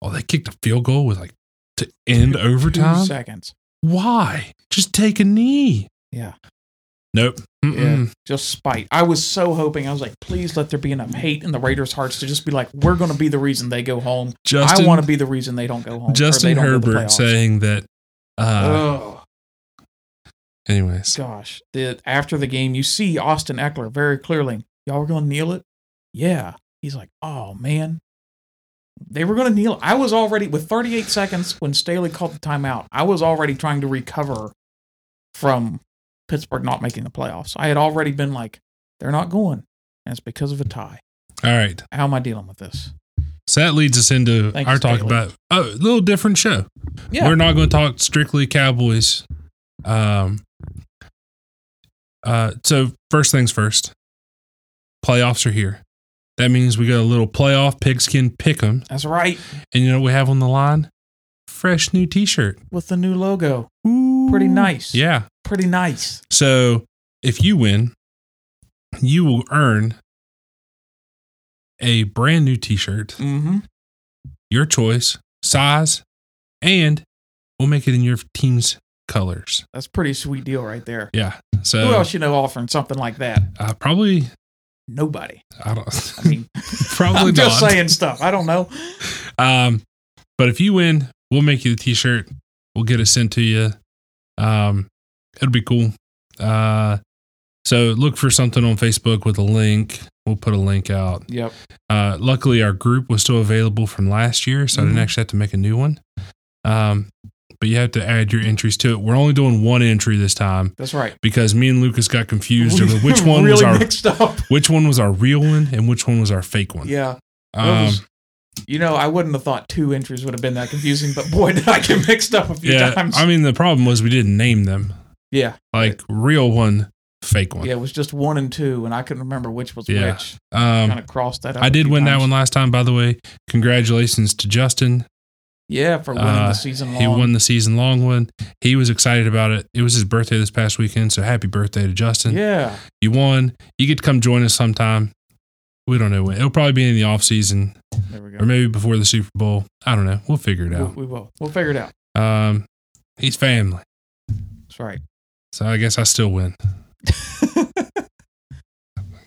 [SPEAKER 1] "Oh, they kicked a field goal with like to end
[SPEAKER 2] Two
[SPEAKER 1] overtime.
[SPEAKER 2] seconds.
[SPEAKER 1] Why? Just take a knee."
[SPEAKER 2] Yeah.
[SPEAKER 1] Nope. Mm-mm.
[SPEAKER 2] just spite. I was so hoping. I was like, please let there be enough hate in the Raiders' hearts to just be like, we're going to be the reason they go home.
[SPEAKER 1] Justin
[SPEAKER 2] I want to be the reason they don't go home. or they
[SPEAKER 1] Justin
[SPEAKER 2] don't go to the
[SPEAKER 1] Herbert
[SPEAKER 2] playoffs.
[SPEAKER 1] saying that. Uh,
[SPEAKER 2] oh
[SPEAKER 1] anyways,
[SPEAKER 2] gosh! The, after the game, you see Austin Eckler very clearly. Y'all were going to kneel it. Yeah, He's like, oh man, they were going to kneel. I was already with 38 seconds when Staley called the timeout. I was already trying to recover from Pittsburgh not making the playoffs. I had already been like, they're not going, and it's because of a tie.
[SPEAKER 1] All right.
[SPEAKER 2] How am I dealing with this?
[SPEAKER 1] So that leads us into
[SPEAKER 2] Thank
[SPEAKER 1] our
[SPEAKER 2] you,
[SPEAKER 1] talk
[SPEAKER 2] Staley.
[SPEAKER 1] about a little different show.
[SPEAKER 2] Yeah,
[SPEAKER 1] We're not going to talk strictly Cowboys. Um, uh, so first things first, playoffs are here. That means we got a little playoff pigskin pick'em,
[SPEAKER 2] that's right.
[SPEAKER 1] and you know what we have on the line? Fresh new T-shirt.
[SPEAKER 2] With the new logo,
[SPEAKER 1] Ooh.
[SPEAKER 2] pretty nice.
[SPEAKER 1] Yeah.
[SPEAKER 2] pretty nice.
[SPEAKER 1] So if you win, you will earn a brand new T-shirt,
[SPEAKER 2] Mm-hmm.
[SPEAKER 1] your choice, size, and we'll make it in your team's colors.
[SPEAKER 2] That's a pretty sweet deal right there.
[SPEAKER 1] Yeah. So
[SPEAKER 2] Who else you know offering something like that?
[SPEAKER 1] Uh, probably,
[SPEAKER 2] Nobody.
[SPEAKER 1] I don't,
[SPEAKER 2] I mean,
[SPEAKER 1] probably
[SPEAKER 2] I'm
[SPEAKER 1] not.
[SPEAKER 2] just saying stuff. I don't know.
[SPEAKER 1] Um, but if you win, we'll make you the t-shirt. We'll get it sent to you. Um, it'll be cool. Uh, so look for something on Facebook with a link. We'll put a link out.
[SPEAKER 2] Yep.
[SPEAKER 1] Uh, luckily, our group was still available from last year, so I
[SPEAKER 2] Mhm.
[SPEAKER 1] didn't actually have to make a new one. Um, but you have to add your entries to it. We're only doing one entry this time
[SPEAKER 2] That's right.
[SPEAKER 1] because me and Lucas got confused over which
[SPEAKER 2] We
[SPEAKER 1] one
[SPEAKER 2] really
[SPEAKER 1] was our
[SPEAKER 2] mixed up.
[SPEAKER 1] which one was our real one and which one was our fake one.
[SPEAKER 2] Yeah.
[SPEAKER 1] Um,
[SPEAKER 2] was- You know, I wouldn't have thought two entries would have been that confusing, but boy, did I get mixed up a few
[SPEAKER 1] yeah,
[SPEAKER 2] times.
[SPEAKER 1] I mean the problem was we didn't name them
[SPEAKER 2] yeah.
[SPEAKER 1] like real one, fake one.
[SPEAKER 2] Yeah. It was just one and two, and I couldn't remember which was
[SPEAKER 1] Yeah.
[SPEAKER 2] which. kind
[SPEAKER 1] um,
[SPEAKER 2] of crossed that up.
[SPEAKER 1] I
[SPEAKER 2] a
[SPEAKER 1] did
[SPEAKER 2] few
[SPEAKER 1] win that
[SPEAKER 2] times.
[SPEAKER 1] one last time, by the way. Congratulations to Justin.
[SPEAKER 2] Yeah, for winning
[SPEAKER 1] Uh,
[SPEAKER 2] the season long.
[SPEAKER 1] He won the season long one. He was excited about it. It was his birthday this past weekend, so happy birthday to Justin.
[SPEAKER 2] Yeah.
[SPEAKER 1] You won. You get to come join us sometime. We don't know when. It'll probably be in the off season
[SPEAKER 2] There we go.
[SPEAKER 1] or maybe before the Super Bowl. I don't know. We'll figure it
[SPEAKER 2] We'll-
[SPEAKER 1] out.
[SPEAKER 2] we will. We'll figure it out.
[SPEAKER 1] Um, he's family,
[SPEAKER 2] That's right.
[SPEAKER 1] so I guess I still win.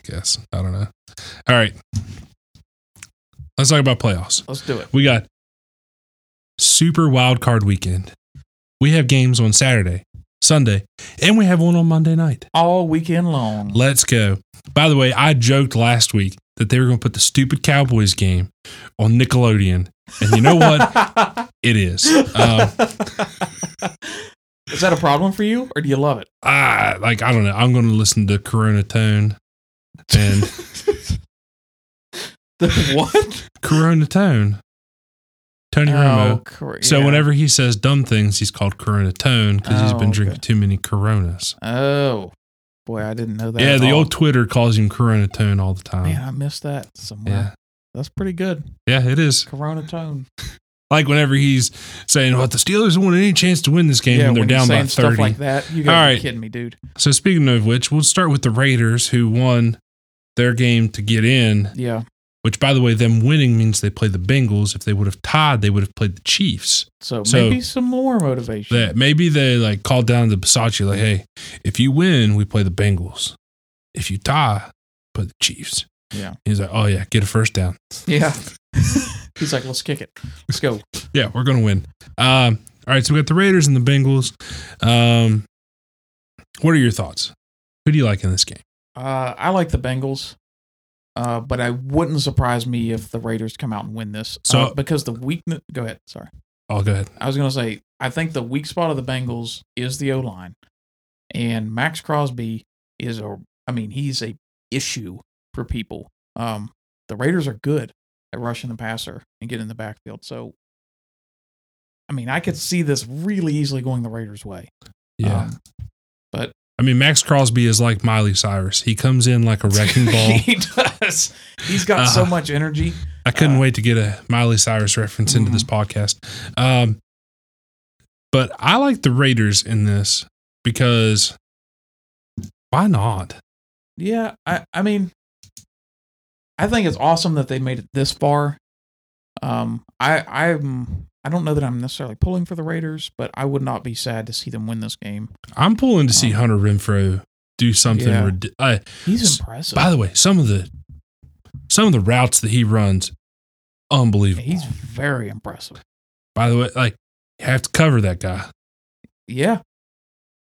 [SPEAKER 1] guess. I don't know. All right. Let's talk about playoffs.
[SPEAKER 2] Let's do it.
[SPEAKER 1] We got super wild card weekend. We have games on Saturday, Sunday, and we have one on Monday night.
[SPEAKER 2] All weekend long.
[SPEAKER 1] Let's go. By the way, I joked last week that they were going to put the stupid Cowboys game on Nickelodeon. And you know what? it is. Um,
[SPEAKER 2] Is that a problem for you, or do you love it?
[SPEAKER 1] I, like, I don't know. I'm going to listen to Corona Tone and
[SPEAKER 2] The what?
[SPEAKER 1] Corona Tone. Tony Romo.
[SPEAKER 2] Oh, cor-
[SPEAKER 1] So
[SPEAKER 2] yeah.
[SPEAKER 1] whenever he says dumb things, he's called Corona Tone because he's
[SPEAKER 2] Oh,
[SPEAKER 1] been
[SPEAKER 2] okay.
[SPEAKER 1] drinking too many Coronas.
[SPEAKER 2] Oh, boy, I didn't know that.
[SPEAKER 1] yeah,
[SPEAKER 2] at
[SPEAKER 1] the
[SPEAKER 2] all.
[SPEAKER 1] old Twitter calls him Corona Tone all the time.
[SPEAKER 2] man, I missed that somewhere.
[SPEAKER 1] yeah,
[SPEAKER 2] That's pretty good.
[SPEAKER 1] yeah, it is.
[SPEAKER 2] Corona tone.
[SPEAKER 1] Like whenever he's saying, "Well, if the Steelers want any chance to win this game,
[SPEAKER 2] yeah,
[SPEAKER 1] and they're
[SPEAKER 2] when you're
[SPEAKER 1] down by
[SPEAKER 2] saying stuff
[SPEAKER 1] 30."
[SPEAKER 2] like that. You gotta
[SPEAKER 1] All
[SPEAKER 2] be
[SPEAKER 1] right.
[SPEAKER 2] kidding me, dude.
[SPEAKER 1] so speaking of which, we'll start with the Raiders who won their game to get in.
[SPEAKER 2] Yeah,
[SPEAKER 1] Which, by the way, them winning means they play the Bengals. If they would have tied, they would have played the Chiefs.
[SPEAKER 2] so,
[SPEAKER 1] So-
[SPEAKER 2] maybe some more motivation.
[SPEAKER 1] that maybe they like called down to Bisaccia like, hey, if you win, we play the Bengals. If you tie, play the Chiefs.
[SPEAKER 2] Yeah.
[SPEAKER 1] He's like, oh yeah, get a first down.
[SPEAKER 2] Yeah. He's like, let's kick it. Let's go.
[SPEAKER 1] Yeah, we're gonna win. Um, all right, so we got the Raiders and the Bengals. Um, what are your thoughts? Who do you like in this game?
[SPEAKER 2] Uh, I like the Bengals, uh, but I wouldn't surprise me if the Raiders come out and win this.
[SPEAKER 1] So-
[SPEAKER 2] uh, because the weakness. Go ahead. Sorry.
[SPEAKER 1] Oh, go ahead.
[SPEAKER 2] I was going to say, I think the weak spot of the Bengals is the O line. And Max Crosby is a, I mean, he's a issue for people. Um, the Raiders are good at rushing the passer and getting in the backfield. So, I mean, I could see this really easily going the Raiders' way.
[SPEAKER 1] Yeah.
[SPEAKER 2] Um, but-
[SPEAKER 1] I mean, Max Crosby is like Miley Cyrus. He comes in like a wrecking ball.
[SPEAKER 2] he does. He's got
[SPEAKER 1] Uh,
[SPEAKER 2] so much energy.
[SPEAKER 1] I couldn't
[SPEAKER 2] Uh,
[SPEAKER 1] wait to get a Miley Cyrus reference into this podcast. Um, but I like the Raiders in this because why not?
[SPEAKER 2] Yeah, I, I mean, I think it's awesome that they made it this far. Um, I I'm I don't know that I'm necessarily pulling for the Raiders, but I would not be sad to see them win this game.
[SPEAKER 1] I'm pulling to see Hunter Renfro do something.
[SPEAKER 2] Yeah.
[SPEAKER 1] ridi- uh, S-
[SPEAKER 2] He's impressive.
[SPEAKER 1] by the way, some of the some of the routes that he runs, unbelievable.
[SPEAKER 2] He's very impressive.
[SPEAKER 1] by the way, like you have to cover that guy.
[SPEAKER 2] Yeah,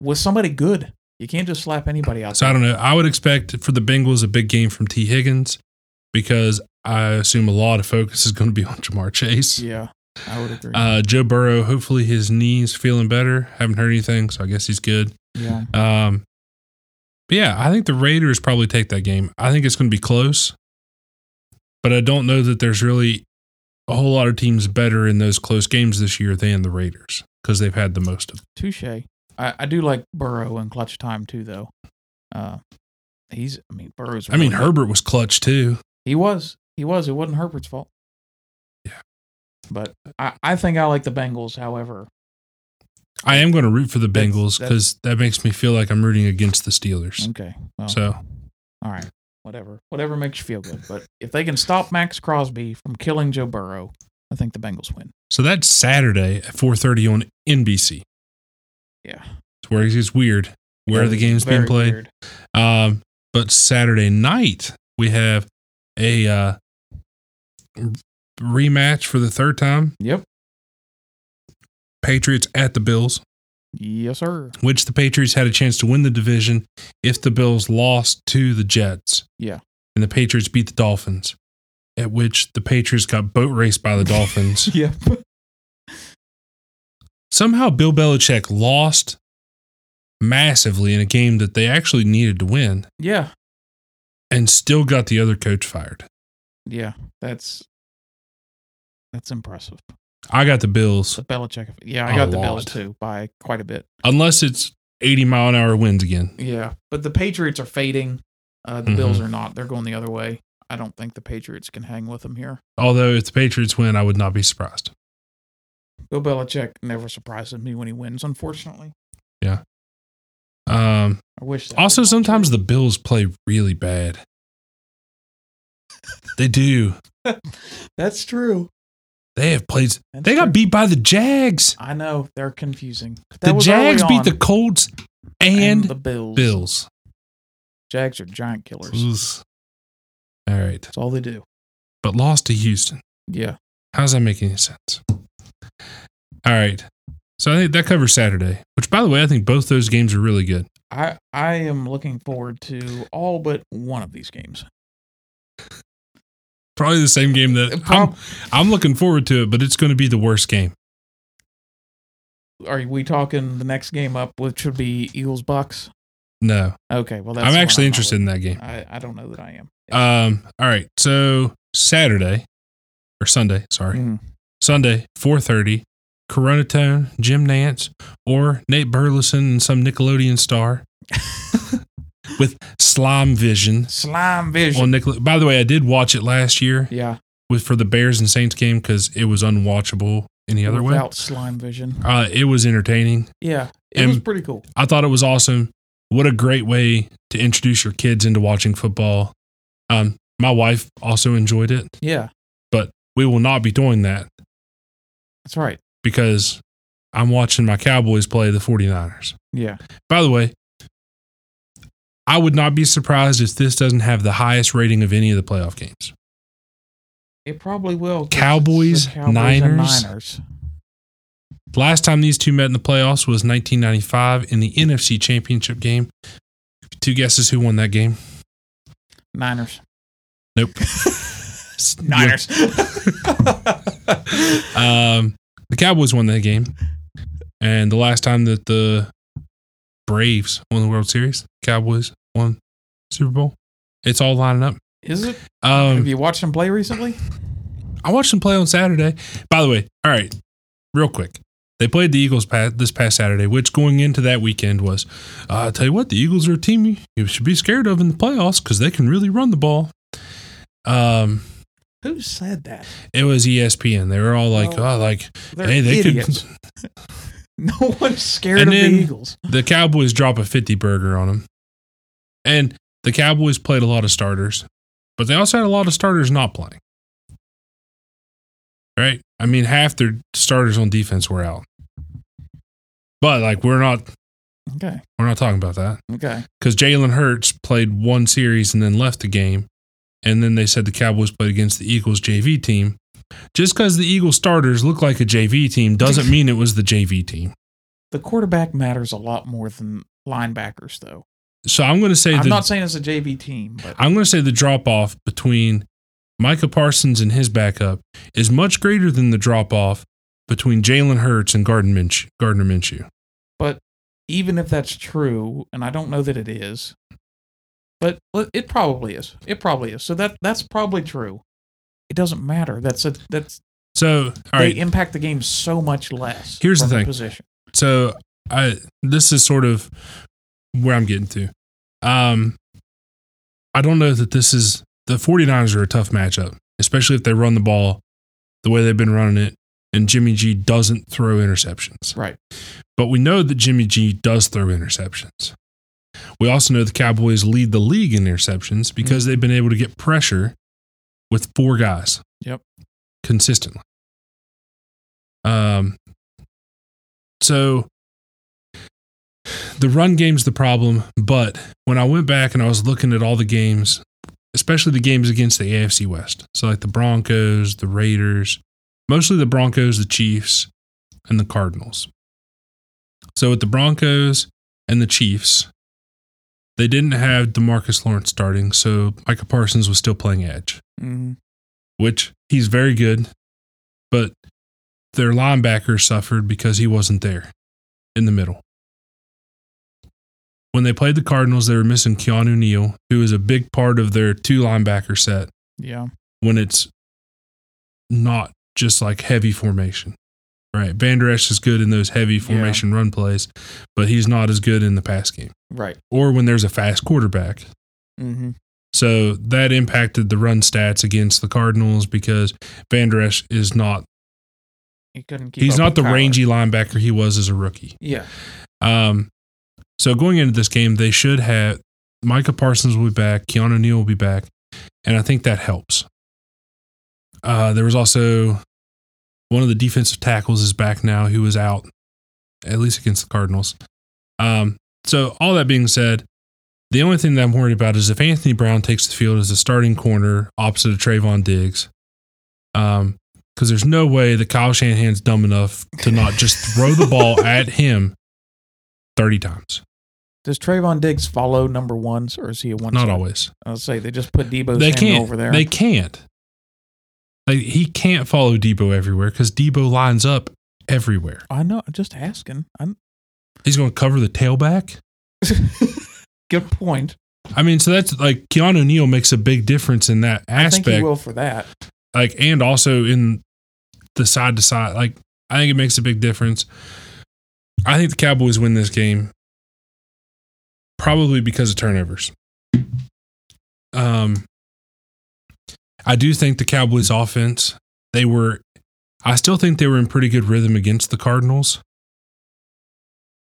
[SPEAKER 2] with somebody good, you can't just slap anybody out.
[SPEAKER 1] So I don't know. I would expect for the Bengals a big game from T. Higgins because I assume a lot of focus is going to be on Jamar Chase.
[SPEAKER 2] Yeah, I would agree.
[SPEAKER 1] Uh, Joe Burrow, hopefully his knees feeling better. Haven't heard anything, so I guess he's good.
[SPEAKER 2] yeah,
[SPEAKER 1] Um, but yeah, I think the Raiders probably take that game. I think it's going to be close, but I don't know that there's really a whole lot of teams better in those close games this year than the Raiders because they've had the most of. Them.
[SPEAKER 2] touche. I, I do like Burrow and clutch time too, though. Uh, he's. I mean, Burrow's.
[SPEAKER 1] I mean,
[SPEAKER 2] really good.
[SPEAKER 1] Herbert was clutch too.
[SPEAKER 2] He was. He was. It wasn't Herbert's fault.
[SPEAKER 1] Yeah.
[SPEAKER 2] But I, I think I like the Bengals. However,
[SPEAKER 1] I am going to root for the
[SPEAKER 2] That's- Mm.
[SPEAKER 1] Bengals
[SPEAKER 2] that's-
[SPEAKER 1] because that makes me feel like I'm rooting against the Steelers.
[SPEAKER 2] okay. Well,
[SPEAKER 1] So
[SPEAKER 2] all right. Whatever. Whatever makes you feel good. But if they can stop Max Crosby from killing Joe Burrow, I think the Bengals win.
[SPEAKER 1] So that's Saturday at 4:30 on NBC.
[SPEAKER 2] Yeah.
[SPEAKER 1] It's where it gets weird. Where are the
[SPEAKER 2] Very-
[SPEAKER 1] games being
[SPEAKER 2] very
[SPEAKER 1] played?
[SPEAKER 2] weird.
[SPEAKER 1] Um, but Saturday night we have a uh, r- rematch for the third time:
[SPEAKER 2] Yep.
[SPEAKER 1] Patriots at the Bills,
[SPEAKER 2] Yes, sir.
[SPEAKER 1] which the Patriots had a chance to win the division if the Bills lost to the Jets.
[SPEAKER 2] Yeah.
[SPEAKER 1] and the Patriots beat the Dolphins, at which the Patriots got boat raced by the Dolphins.
[SPEAKER 2] Yep.
[SPEAKER 1] somehow Bill Belichick lost massively in a game that they actually needed to win
[SPEAKER 2] yeah.
[SPEAKER 1] and still got the other coach fired.
[SPEAKER 2] Yeah. That's that's impressive.
[SPEAKER 1] I got the Bills,
[SPEAKER 2] The Belichick. Yeah, I
[SPEAKER 1] A
[SPEAKER 2] got the
[SPEAKER 1] lot.
[SPEAKER 2] Bills too by quite a bit.
[SPEAKER 1] unless it's 80 mile an hour winds again.
[SPEAKER 2] Yeah, but the Patriots are fading. Uh, the
[SPEAKER 1] Mm-hmm.
[SPEAKER 2] Bills are not. They're going the other way. I don't think the Patriots can hang with them here.
[SPEAKER 1] Although, if the Patriots win, I would not be surprised.
[SPEAKER 2] Bill Belichick never surprises me when he wins. Unfortunately,
[SPEAKER 1] Um,
[SPEAKER 2] I wish. That
[SPEAKER 1] also, sometimes the Bills play really bad. They do.
[SPEAKER 2] that's true.
[SPEAKER 1] They have played.
[SPEAKER 2] That's
[SPEAKER 1] They
[SPEAKER 2] true.
[SPEAKER 1] got beat by the Jags.
[SPEAKER 2] I know they're confusing.
[SPEAKER 1] The
[SPEAKER 2] That was
[SPEAKER 1] Jags
[SPEAKER 2] early
[SPEAKER 1] beat the
[SPEAKER 2] on.
[SPEAKER 1] Colts and,
[SPEAKER 2] the Bills.
[SPEAKER 1] Bills.
[SPEAKER 2] Jags are giant killers.
[SPEAKER 1] Oof. All right,
[SPEAKER 2] That's all they do.
[SPEAKER 1] but lost to Houston.
[SPEAKER 2] Yeah.
[SPEAKER 1] How does that make any sense? All right. So I think that covers Saturday, which, by the way, I think both those games are really good.
[SPEAKER 2] I I am looking forward to all but one of these games.
[SPEAKER 1] Probably the same game that I'm,
[SPEAKER 2] Prob-
[SPEAKER 1] I'm looking forward to it, but it's going to be the worst game.
[SPEAKER 2] are we talking the next game up, which would be Eagles Bucks?
[SPEAKER 1] No,
[SPEAKER 2] Okay, well that's
[SPEAKER 1] I'm
[SPEAKER 2] the one
[SPEAKER 1] actually
[SPEAKER 2] not
[SPEAKER 1] interested
[SPEAKER 2] with.
[SPEAKER 1] in that game.
[SPEAKER 2] I, I don't know that I am.
[SPEAKER 1] Um, all right. So Saturday or Sunday, sorry,
[SPEAKER 2] Mm.
[SPEAKER 1] Sunday, 4:30, Corona Tone, Jim Nance, or Nate Burleson and some Nickelodeon star with Slime Vision.
[SPEAKER 2] Slime Vision.
[SPEAKER 1] On Nickel- By the way, I did watch it last year.
[SPEAKER 2] yeah.
[SPEAKER 1] with for the Bears and Saints game because it was unwatchable any other way.
[SPEAKER 2] Without Slime Vision.
[SPEAKER 1] Uh, it was entertaining.
[SPEAKER 2] Yeah. It was
[SPEAKER 1] And-
[SPEAKER 2] pretty cool.
[SPEAKER 1] I thought it was awesome. What a great way to introduce your kids into watching football. Um, my wife also enjoyed it,
[SPEAKER 2] Yeah.
[SPEAKER 1] but we will not be doing that
[SPEAKER 2] That's right.
[SPEAKER 1] because I'm watching my Cowboys play the 49ers.
[SPEAKER 2] Yeah.
[SPEAKER 1] By the way, I would not be surprised if this doesn't have the highest rating of any of the playoff games.
[SPEAKER 2] It probably will. 'cause it's the
[SPEAKER 1] Cowboys,
[SPEAKER 2] and
[SPEAKER 1] Niners.
[SPEAKER 2] Niners.
[SPEAKER 1] Last time these two met in the playoffs was 1995 in the NFC Championship game. Two guesses who won that game?
[SPEAKER 2] Niners.
[SPEAKER 1] Nope.
[SPEAKER 2] Niners.
[SPEAKER 1] Um, the Cowboys won that game. And the last time that the Braves won the World Series, Cowboys won Super Bowl. It's all lining up.
[SPEAKER 2] Is it? Have
[SPEAKER 1] Um,
[SPEAKER 2] you watched them play recently?
[SPEAKER 1] I watched them play on Saturday. By the way, all right, real quick. They played the Eagles pa- this past Saturday, which going into that weekend was, uh, I tell you what, the Eagles are a team you- you should be scared of in the playoffs because they can really run the ball. Um,
[SPEAKER 2] Who said that?
[SPEAKER 1] it was E ESPN. They were all like,
[SPEAKER 2] Oh.
[SPEAKER 1] oh, like
[SPEAKER 2] They're
[SPEAKER 1] Hey, they could-
[SPEAKER 2] idiots. no one's scared
[SPEAKER 1] And
[SPEAKER 2] of
[SPEAKER 1] then-
[SPEAKER 2] the Eagles.
[SPEAKER 1] the Cowboys drop a 50 burger on them. And the Cowboys played a lot of starters, but they also had a lot of starters not playing. Right? I mean, half their starters on defense were out. But like we're not
[SPEAKER 2] Okay.
[SPEAKER 1] we're not talking about that.
[SPEAKER 2] Okay.
[SPEAKER 1] because Jalen Hurts played one series and then left the game. And then they said the Cowboys played against the Eagles JV team. Just because the Eagles starters look like a JV team doesn't mean it was the JV team.
[SPEAKER 2] The quarterback matters a lot more than linebackers, though.
[SPEAKER 1] So I'm going to say
[SPEAKER 2] I'm
[SPEAKER 1] the
[SPEAKER 2] not saying it's a JV team, but
[SPEAKER 1] I'm going to say the drop off between Micah Parsons and his backup is much greater than the drop off between Jalen Hurts and Gardner Minshew. Gardner Minshew.
[SPEAKER 2] But even if that's true, and I don't know that it is, but let- it probably is. It probably is. So that that's probably true. It doesn't matter. That's a that's
[SPEAKER 1] So, all
[SPEAKER 2] they
[SPEAKER 1] right.
[SPEAKER 2] impact the game so much less.
[SPEAKER 1] Here's the
[SPEAKER 2] from
[SPEAKER 1] thing.
[SPEAKER 2] Position.
[SPEAKER 1] So, I this is sort of where I'm getting to. Um, I don't know that this is the 49ers are a tough matchup, especially if they run the ball the way they've been running it, and Jimmy G doesn't throw interceptions.
[SPEAKER 2] Right.
[SPEAKER 1] But we know that Jimmy G does throw interceptions. We also know the Cowboys lead the league in interceptions because they've been able to get pressure with four guys.
[SPEAKER 2] Yep.
[SPEAKER 1] Consistently. Um so the run game's the problem, but when I went back and I was looking at all the games, especially the games against the AFC West, so like the Broncos, the Raiders, mostly the Broncos, the Chiefs, and the Cardinals. So with the Broncos and the Chiefs, they didn't have Demarcus Lawrence starting, so Micah Parsons was still playing edge,
[SPEAKER 2] Mm-hmm.
[SPEAKER 1] which he's very good, but their linebacker suffered because he wasn't there in the middle. When they played the Cardinals, they were missing Keanu Neal, who is a big part of their two linebacker set
[SPEAKER 2] Yeah.
[SPEAKER 1] when it's not just like heavy formation. Right. Van Der Esch is good in those heavy formation run plays, but he's not as good in the pass game
[SPEAKER 2] Right.
[SPEAKER 1] or when there's a fast quarterback.
[SPEAKER 2] Mm-hmm.
[SPEAKER 1] So that impacted the run stats against the Cardinals because Van Der Esch is not
[SPEAKER 2] He couldn't keep.
[SPEAKER 1] he's
[SPEAKER 2] up
[SPEAKER 1] not
[SPEAKER 2] with
[SPEAKER 1] the
[SPEAKER 2] Kyler.
[SPEAKER 1] rangy linebacker he was as a rookie.
[SPEAKER 2] Yeah.
[SPEAKER 1] Um, so going into this game, they should have Micah Parsons will be back, Keanu Neal will be back, and I think that helps. Uh, there was also one of the defensive tackles is back now, who was out at least against the Cardinals. Um, so all that being said, the only thing that I'm worried about is if Anthony Brown takes the field as a starting corner opposite of Trayvon Diggs. Um, because there's no way that Kyle Shanahan's dumb enough to not just throw the ball at him 30 times.
[SPEAKER 2] Does Trayvon Diggs follow number ones, or is he a one?
[SPEAKER 1] Not always.
[SPEAKER 2] I'll say they just put Debo
[SPEAKER 1] They
[SPEAKER 2] Samuel
[SPEAKER 1] can't.
[SPEAKER 2] over there.
[SPEAKER 1] They can't. Like, he can't follow Debo everywhere because Debo lines up everywhere.
[SPEAKER 2] I know. I'm Just asking. I'm,
[SPEAKER 1] He's going to cover the tailback.
[SPEAKER 2] good point.
[SPEAKER 1] I mean, so that's like Keanu Neal makes a big difference in that
[SPEAKER 2] I think he
[SPEAKER 1] aspect.
[SPEAKER 2] will for that.
[SPEAKER 1] Like, and also in the side to side. Like, I think it makes a big difference. I think the Cowboys win this game probably because of turnovers. Um, I do think the Cowboys offense, they were, I still think they were in pretty good rhythm against the Cardinals.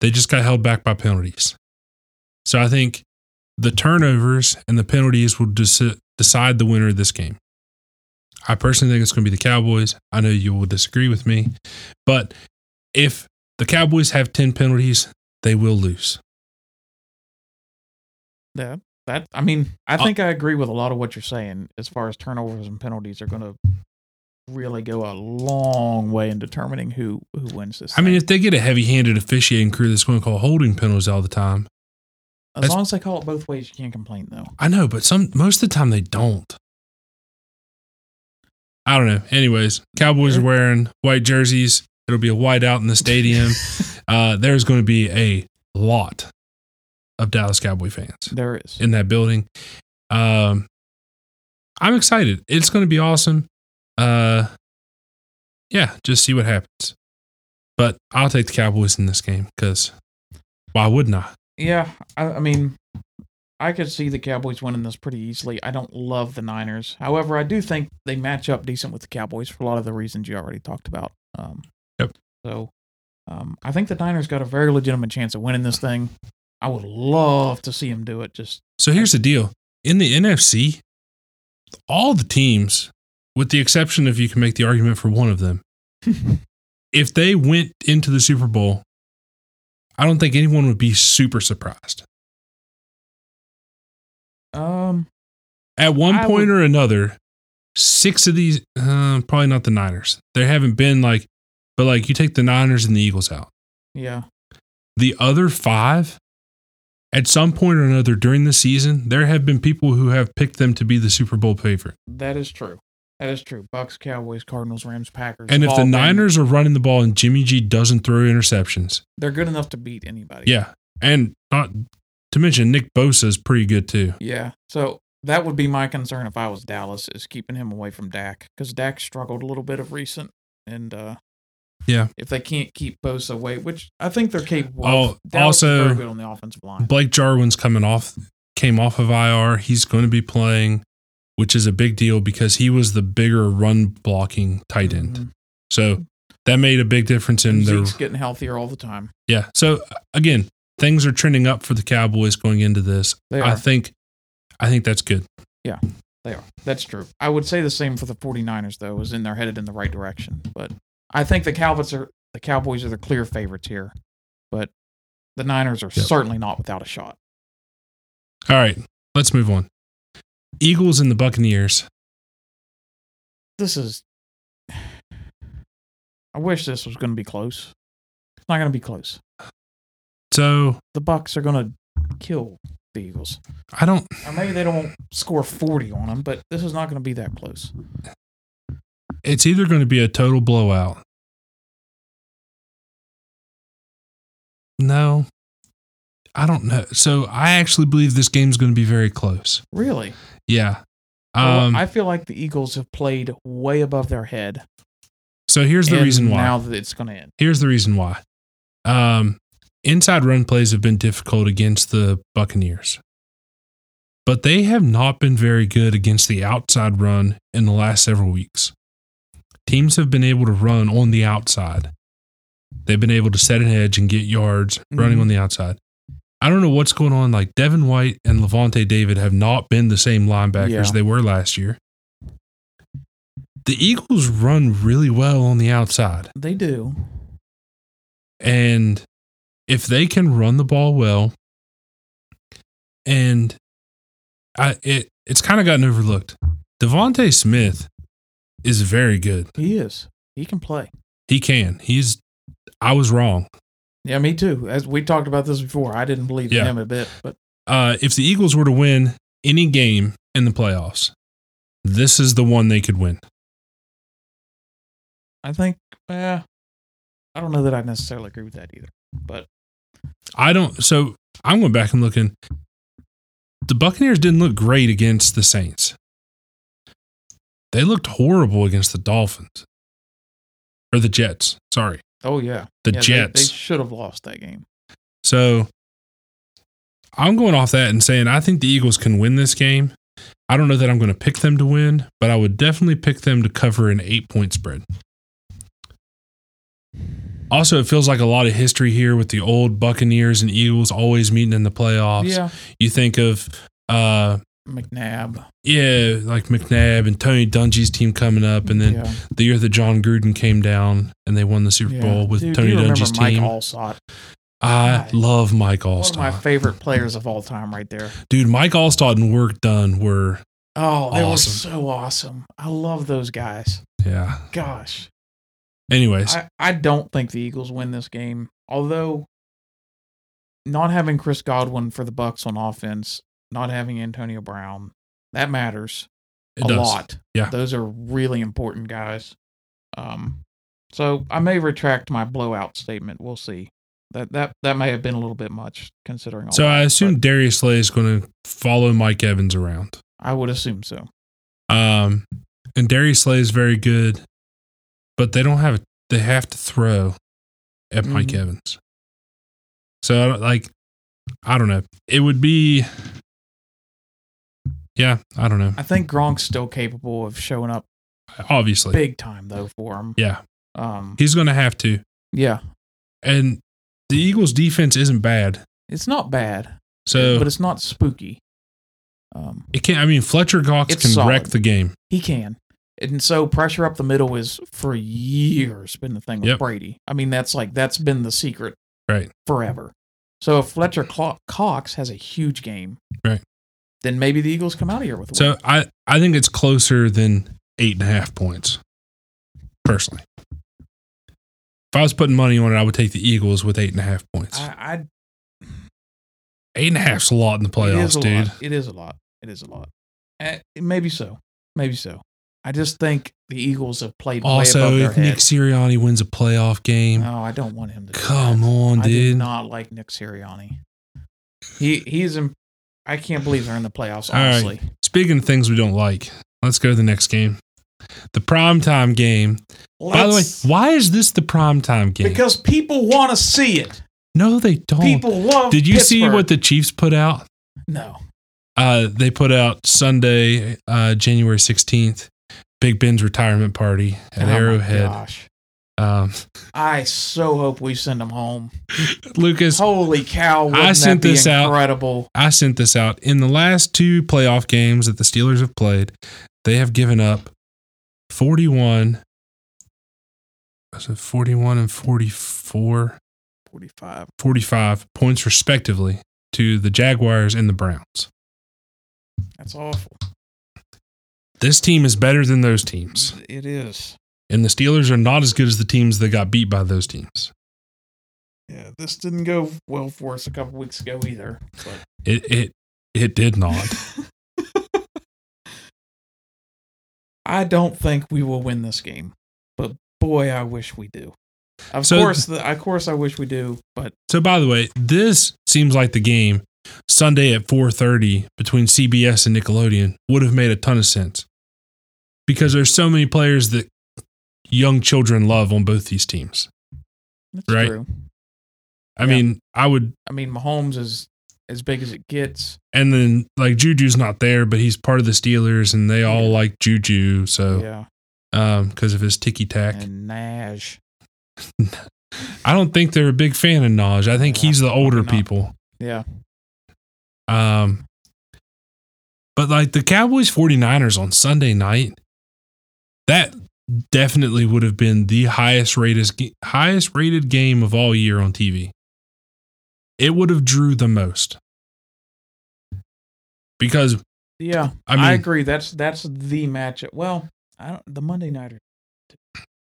[SPEAKER 1] They just got held back by penalties. So I think the turnovers and the penalties will deci- decide the winner of this game. I personally think it's going to be the Cowboys. I know you will disagree with me, but if the Cowboys have 10 penalties, they will lose.
[SPEAKER 2] Yeah, that I mean, I
[SPEAKER 1] Uh,
[SPEAKER 2] think I agree with a lot of what you're saying as far as turnovers and penalties are going to really go a long way in determining who who wins this.
[SPEAKER 1] I mean,
[SPEAKER 2] thing.
[SPEAKER 1] if they get a heavy handed officiating crew that's going to call holding penalties all the time,
[SPEAKER 2] as
[SPEAKER 1] that's-
[SPEAKER 2] long as they call it both ways, you can't complain though.
[SPEAKER 1] I know, but some most of the time they don't. I don't know. Anyways, Cowboys are wearing white jerseys. It'll be a white out in the stadium. uh, there's going to be a lot of Dallas Cowboy fans.
[SPEAKER 2] There is.
[SPEAKER 1] in that building. Um, I'm excited. It's going to be awesome. Uh, yeah, just see what happens. But I'll take the Cowboys in this game because why wouldn't I?
[SPEAKER 2] Yeah, I, I mean, I could see the Cowboys winning this pretty easily. I don't love the Niners. However, I do think they match up decent with the Cowboys for a lot of the reasons you already talked about. Um,
[SPEAKER 1] Yep.
[SPEAKER 2] So um, I think the Niners got a very legitimate chance of winning this thing. I would love to see them do it. Just
[SPEAKER 1] So here's the deal in the NFC, all the teams, with the exception of you can make the argument for one of them, if they went into the Super Bowl, I don't think anyone would be super surprised.
[SPEAKER 2] um,
[SPEAKER 1] At one
[SPEAKER 2] I
[SPEAKER 1] point
[SPEAKER 2] would-
[SPEAKER 1] or another, six of these, uh, probably not the Niners. There haven't been like, but like you take the Niners and the Eagles out.
[SPEAKER 2] yeah,
[SPEAKER 1] The other five, At some point or another during the season, there have been people who have picked them to be the Super Bowl favorite.
[SPEAKER 2] That is true. That is true. Bucks, Cowboys, Cardinals, Rams, Packers.
[SPEAKER 1] And if
[SPEAKER 2] Ball
[SPEAKER 1] the
[SPEAKER 2] game,
[SPEAKER 1] Niners are running the ball and Jimmy G doesn't throw interceptions,
[SPEAKER 2] they're good enough to beat anybody.
[SPEAKER 1] yeah. And not to mention Nick Bosa is pretty good too.
[SPEAKER 2] Yeah. So that would be my concern if I was Dallas is keeping him away from Dak because Dak struggled a little bit of recent and uh
[SPEAKER 1] Yeah.
[SPEAKER 2] If they can't keep Bosa away, which I think they're capable
[SPEAKER 1] Oh,
[SPEAKER 2] of. Dallas is
[SPEAKER 1] also-
[SPEAKER 2] very good on the offensive line.
[SPEAKER 1] Blake Jarwin's coming off came off of IR. He's going to be playing, which is a big deal because he was the bigger run blocking tight end.
[SPEAKER 2] Mhm.
[SPEAKER 1] So that made a big difference in their
[SPEAKER 2] Zeke's getting healthier all the time.
[SPEAKER 1] yeah. So again, things are trending up for the Cowboys going into this.
[SPEAKER 2] They
[SPEAKER 1] I
[SPEAKER 2] are.
[SPEAKER 1] think I think that's good.
[SPEAKER 2] They are. That's true. I would say the same for the 49ers, though, is in they're headed in the right direction. But I think the Cowboys are the Cowboys are the clear favorites here. But the Niners are
[SPEAKER 1] Yep.
[SPEAKER 2] certainly not without a shot.
[SPEAKER 1] All right, let's move on. Eagles and the Buccaneers.
[SPEAKER 2] This is I wish this was gonna be close. It's not gonna be close.
[SPEAKER 1] So
[SPEAKER 2] The Bucks are gonna kill the Eagles.
[SPEAKER 1] I don't
[SPEAKER 2] Or maybe they don't score 40 on them, but this is not gonna be that close.
[SPEAKER 1] it's either going to be a total blowout. No, I don't know. So I actually believe this game's going to be very close.
[SPEAKER 2] Really?
[SPEAKER 1] Yeah.
[SPEAKER 2] Well,
[SPEAKER 1] Um,
[SPEAKER 2] I feel like the Eagles have played way above their head.
[SPEAKER 1] so here's the
[SPEAKER 2] and
[SPEAKER 1] reason why.
[SPEAKER 2] Now that it's gonna end.
[SPEAKER 1] here's the reason why. Um, inside run plays have been difficult against the Buccaneers, but they have not been very good against the outside run in the last several weeks. Teams have been able to run on the outside. They've been able to set an edge and get yards running
[SPEAKER 2] Mhm.
[SPEAKER 1] on the outside. I don't know what's going on. Like Devin White and Levante David have not been the same linebackers
[SPEAKER 2] Yeah.
[SPEAKER 1] they were last year. The Eagles run really well on the outside.
[SPEAKER 2] They do.
[SPEAKER 1] And if they can run the ball well, and I it it's kind of gotten overlooked. Devonte Smith is very good.
[SPEAKER 2] He is. He can play.
[SPEAKER 1] He can. He's I was wrong.
[SPEAKER 2] Yeah, me too. As we talked about this before, I didn't believe
[SPEAKER 1] Yeah.
[SPEAKER 2] in him a bit, but
[SPEAKER 1] Uh, if the Eagles were to win any game in the playoffs, this is the one they could win.
[SPEAKER 2] I think, eh, I don't know that I necessarily agree with that either. But
[SPEAKER 1] I don't. So I'm going back and looking. The Buccaneers didn't look great against the Saints. They looked horrible against the Dolphins or the Jets. Sorry,
[SPEAKER 2] oh yeah,
[SPEAKER 1] the
[SPEAKER 2] Yeah, they- They,
[SPEAKER 1] Jets.
[SPEAKER 2] should have lost that game.
[SPEAKER 1] so I'm going off that and saying I think the Eagles can win this game. I don't know that I'm going to pick them to win, but I would definitely pick them to cover an eight point spread. Also, it feels like a lot of history here with the old Buccaneers and Eagles always meeting in the playoffs.
[SPEAKER 2] Yeah,
[SPEAKER 1] You think of uh
[SPEAKER 2] McNabb.
[SPEAKER 1] yeah, like McNabb and Tony Dungy's team coming up and then
[SPEAKER 2] yeah.
[SPEAKER 1] the year that John Gruden came down and they won the Super
[SPEAKER 2] yeah.
[SPEAKER 1] Bowl with
[SPEAKER 2] Dude,
[SPEAKER 1] Tony
[SPEAKER 2] you remember
[SPEAKER 1] Dungy's
[SPEAKER 2] Mike
[SPEAKER 1] team.
[SPEAKER 2] Allstott,
[SPEAKER 1] I
[SPEAKER 2] God.
[SPEAKER 1] love Mike
[SPEAKER 2] one of my
[SPEAKER 1] Allstott.
[SPEAKER 2] favorite players of all time, right there.
[SPEAKER 1] Dude, Mike Allstott and work done were
[SPEAKER 2] Oh, they were
[SPEAKER 1] Awesome.
[SPEAKER 2] so awesome. I love those guys.
[SPEAKER 1] yeah.
[SPEAKER 2] Gosh,
[SPEAKER 1] Anyways,
[SPEAKER 2] I, I don't think the Eagles win this game. Although not having Chris Godwin for the Bucks on offense, not having Antonio Brown, that matters
[SPEAKER 1] it
[SPEAKER 2] a
[SPEAKER 1] does.
[SPEAKER 2] lot.
[SPEAKER 1] Yeah.
[SPEAKER 2] Those are really important guys. Um so I may retract my blowout statement. We'll see. That that that may have been a little bit much considering all
[SPEAKER 1] So
[SPEAKER 2] that,
[SPEAKER 1] I assume
[SPEAKER 2] but
[SPEAKER 1] Darius Slay is going to follow Mike Evans around.
[SPEAKER 2] I would assume so.
[SPEAKER 1] Um and Darius Slay is very good, but they don't have a, they have to throw at Mike
[SPEAKER 2] Mhm.
[SPEAKER 1] Evans. So I don't, like I don't know. It would be Yeah, I don't know.
[SPEAKER 2] I think Gronk's still capable of showing up
[SPEAKER 1] Obviously.
[SPEAKER 2] big time though for him.
[SPEAKER 1] Yeah.
[SPEAKER 2] Um
[SPEAKER 1] He's going to have to.
[SPEAKER 2] yeah.
[SPEAKER 1] And the Eagles defense isn't bad.
[SPEAKER 2] It's not bad.
[SPEAKER 1] So
[SPEAKER 2] but it's not spooky. Um,
[SPEAKER 1] it can't I mean Fletcher Cox
[SPEAKER 2] It's
[SPEAKER 1] can wreck
[SPEAKER 2] solid.
[SPEAKER 1] the game.
[SPEAKER 2] he can, and so pressure up the middle is for years been the thing with
[SPEAKER 1] Yep.
[SPEAKER 2] Brady. I mean, that's like that's been the secret,
[SPEAKER 1] Right.
[SPEAKER 2] Forever. So if Fletcher Clo- Cox has a huge game,
[SPEAKER 1] Right.
[SPEAKER 2] then maybe the Eagles come out of here with a win.
[SPEAKER 1] So I I think it's closer than eight and a half points, personally. If I was putting money on it, I would take the Eagles with eight and a half points.
[SPEAKER 2] I, I
[SPEAKER 1] Eight and a half's a lot in the
[SPEAKER 2] it is
[SPEAKER 1] playoffs,
[SPEAKER 2] a
[SPEAKER 1] dude.
[SPEAKER 2] Lot. It is a lot. It is a lot. Eh, maybe so. Maybe so. I just think the Eagles have played way
[SPEAKER 1] Also,
[SPEAKER 2] above their
[SPEAKER 1] if Nick
[SPEAKER 2] head.
[SPEAKER 1] Sirianni wins a playoff game,
[SPEAKER 2] No, I don't want him to. do
[SPEAKER 1] come
[SPEAKER 2] that.
[SPEAKER 1] on,
[SPEAKER 2] I did
[SPEAKER 1] dude.
[SPEAKER 2] not like Nick Sirianni. He he's in. I can't believe they're in the playoffs.
[SPEAKER 1] All right.
[SPEAKER 2] Honestly,
[SPEAKER 1] Speaking of things we don't like, let's go to the next game. The primetime game. By the way,
[SPEAKER 2] Let's-
[SPEAKER 1] why is this the primetime game?
[SPEAKER 2] because people want to see it.
[SPEAKER 1] no, they don't.
[SPEAKER 2] People love.
[SPEAKER 1] Did you see
[SPEAKER 2] Pittsburgh.
[SPEAKER 1] what the Chiefs put out?
[SPEAKER 2] No.
[SPEAKER 1] Uh, they put out Sunday, uh, January 16th, Big Ben's retirement party
[SPEAKER 2] Oh
[SPEAKER 1] at
[SPEAKER 2] my
[SPEAKER 1] Arrowhead.
[SPEAKER 2] Gosh.
[SPEAKER 1] Um,
[SPEAKER 2] I so hope we send him home.
[SPEAKER 1] Lucas,
[SPEAKER 2] Holy cow! Wouldn't
[SPEAKER 1] I sent
[SPEAKER 2] that be
[SPEAKER 1] this out.
[SPEAKER 2] incredible.
[SPEAKER 1] I sent this out. In the last two playoff games that the Steelers have played, they have given up 41. Was it 41 and 44?
[SPEAKER 2] Forty-five.
[SPEAKER 1] 45 points, respectively, to the Jaguars and the Browns.
[SPEAKER 2] That's awful.
[SPEAKER 1] This team is better than those teams.
[SPEAKER 2] It is.
[SPEAKER 1] And the Steelers are not as good as the teams that got beat by those teams.
[SPEAKER 2] Yeah, this didn't go well for us a couple weeks ago either. But
[SPEAKER 1] It it it did not.
[SPEAKER 2] I don't think we will win this game, but boy, I wish we do. Of
[SPEAKER 1] So-
[SPEAKER 2] course, the, of course, I wish we do. But
[SPEAKER 1] so by the way, this seems like the game Sunday at 4:30 between CBS and Nickelodeon would have made a ton of sense. Because there's so many players that young children love on both these teams.
[SPEAKER 2] that's
[SPEAKER 1] Right.
[SPEAKER 2] true.
[SPEAKER 1] I
[SPEAKER 2] Yeah.
[SPEAKER 1] mean, I would
[SPEAKER 2] I mean, Mahomes is as big as it gets.
[SPEAKER 1] and then like Juju's not there, but he's part of the Steelers and they all like Juju, so
[SPEAKER 2] Yeah,
[SPEAKER 1] um because of his ticky tack.
[SPEAKER 2] and Nash.
[SPEAKER 1] I don't think they're a big fan of Naj. I think
[SPEAKER 2] Yeah,
[SPEAKER 1] he's the older
[SPEAKER 2] probably not.
[SPEAKER 1] people.
[SPEAKER 2] Yeah,
[SPEAKER 1] Um, but like the Cowboys 49ers on Sunday night, that definitely would have been the highest rated highest rated game of all year on TV. It would have drew the most. Because
[SPEAKER 2] yeah.
[SPEAKER 1] I
[SPEAKER 2] I,
[SPEAKER 1] mean-
[SPEAKER 2] agree. That's that's the matchup. Well, I don't, the Monday nighter.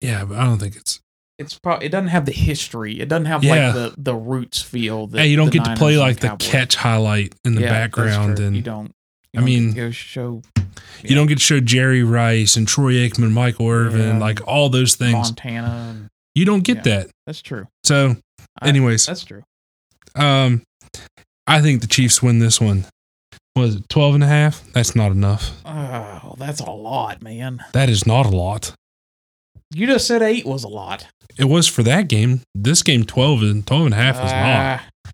[SPEAKER 1] yeah, but I don't think it's
[SPEAKER 2] It's probably it doesn't have the history. It doesn't have
[SPEAKER 1] Yeah.
[SPEAKER 2] like the the roots feel. That
[SPEAKER 1] hey, you
[SPEAKER 2] the
[SPEAKER 1] don't get to
[SPEAKER 2] Niners
[SPEAKER 1] play
[SPEAKER 2] and
[SPEAKER 1] like the
[SPEAKER 2] Cowboys.
[SPEAKER 1] catch highlight in the
[SPEAKER 2] Yeah, that's
[SPEAKER 1] background
[SPEAKER 2] true.
[SPEAKER 1] and
[SPEAKER 2] you don't.
[SPEAKER 1] I
[SPEAKER 2] You don't
[SPEAKER 1] mean-
[SPEAKER 2] go show
[SPEAKER 1] you don't get to show Jerry Rice and Troy Aikman, Michael Irvin,
[SPEAKER 2] Yeah.
[SPEAKER 1] like all those things.
[SPEAKER 2] Montana. And,
[SPEAKER 1] You don't get
[SPEAKER 2] Yeah.
[SPEAKER 1] that.
[SPEAKER 2] that's true.
[SPEAKER 1] So
[SPEAKER 2] I-
[SPEAKER 1] anyways,
[SPEAKER 2] That's true.
[SPEAKER 1] Um, I think the Chiefs win this one. Was it 12 and a half? That's not enough.
[SPEAKER 2] Oh, that's a lot, man.
[SPEAKER 1] That is not a lot.
[SPEAKER 2] You just said eight was a lot.
[SPEAKER 1] It was for that game. This game, 12 and 12 and a half is not.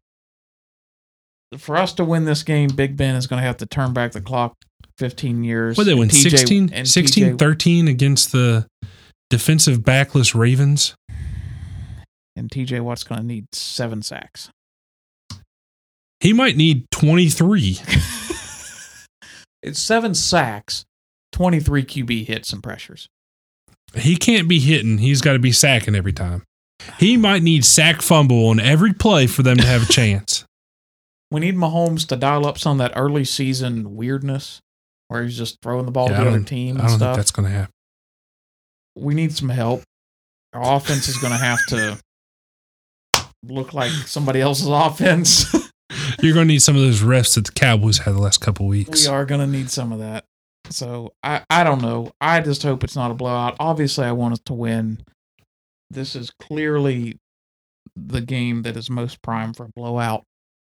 [SPEAKER 2] Uh, For us to win this game, Big Ben is going to have to turn back the clock 15 years.
[SPEAKER 1] What did they
[SPEAKER 2] And
[SPEAKER 1] win?
[SPEAKER 2] TJ
[SPEAKER 1] 16,
[SPEAKER 2] and
[SPEAKER 1] 16
[SPEAKER 2] TJ
[SPEAKER 1] 13 against the defensive backless Ravens.
[SPEAKER 2] and TJ Watt's going to need seven sacks.
[SPEAKER 1] He might need 23.
[SPEAKER 2] It's seven sacks, 23 QB hits and pressures.
[SPEAKER 1] He can't be hitting. He's got to be sacking every time. He might need sack fumble on every play for them to have a chance.
[SPEAKER 2] We need Mahomes to dial up some of that early season weirdness where he's just throwing the ball
[SPEAKER 1] Yeah, I
[SPEAKER 2] to the other
[SPEAKER 1] don't- I
[SPEAKER 2] team and
[SPEAKER 1] don't think
[SPEAKER 2] stuff.
[SPEAKER 1] that's going to happen.
[SPEAKER 2] we need some help. Our offense is going to have to look like somebody else's offense.
[SPEAKER 1] You're going to need some of those refs that the Cowboys had the last couple weeks.
[SPEAKER 2] we are going to need some of that. So I, I don't know. I just hope it's not a blowout. Obviously, I want us to win. This is clearly the game that is most prime for a blowout.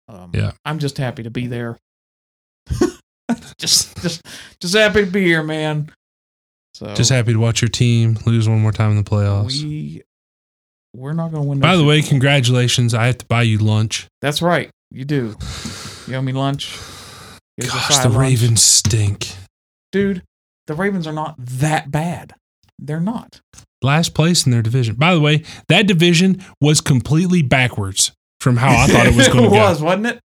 [SPEAKER 2] Um,
[SPEAKER 1] Yeah.
[SPEAKER 2] I'm just happy to be there. just, just, just happy to be here, man. So
[SPEAKER 1] Just happy to watch your team lose one more time in the playoffs.
[SPEAKER 2] we, we're not going to win. no
[SPEAKER 1] By the
[SPEAKER 2] Super
[SPEAKER 1] way,
[SPEAKER 2] Bowl.
[SPEAKER 1] congratulations. I have to buy you lunch.
[SPEAKER 2] That's right. You do. You owe me lunch. Here's your
[SPEAKER 1] Gosh,
[SPEAKER 2] side
[SPEAKER 1] the
[SPEAKER 2] lunch.
[SPEAKER 1] Ravens stink.
[SPEAKER 2] Dude, the Ravens are not that bad. They're not.
[SPEAKER 1] Last place in their division. By the way, that division was completely backwards from how Oh, I thought it was going to
[SPEAKER 2] it
[SPEAKER 1] go.
[SPEAKER 2] was, wasn't it?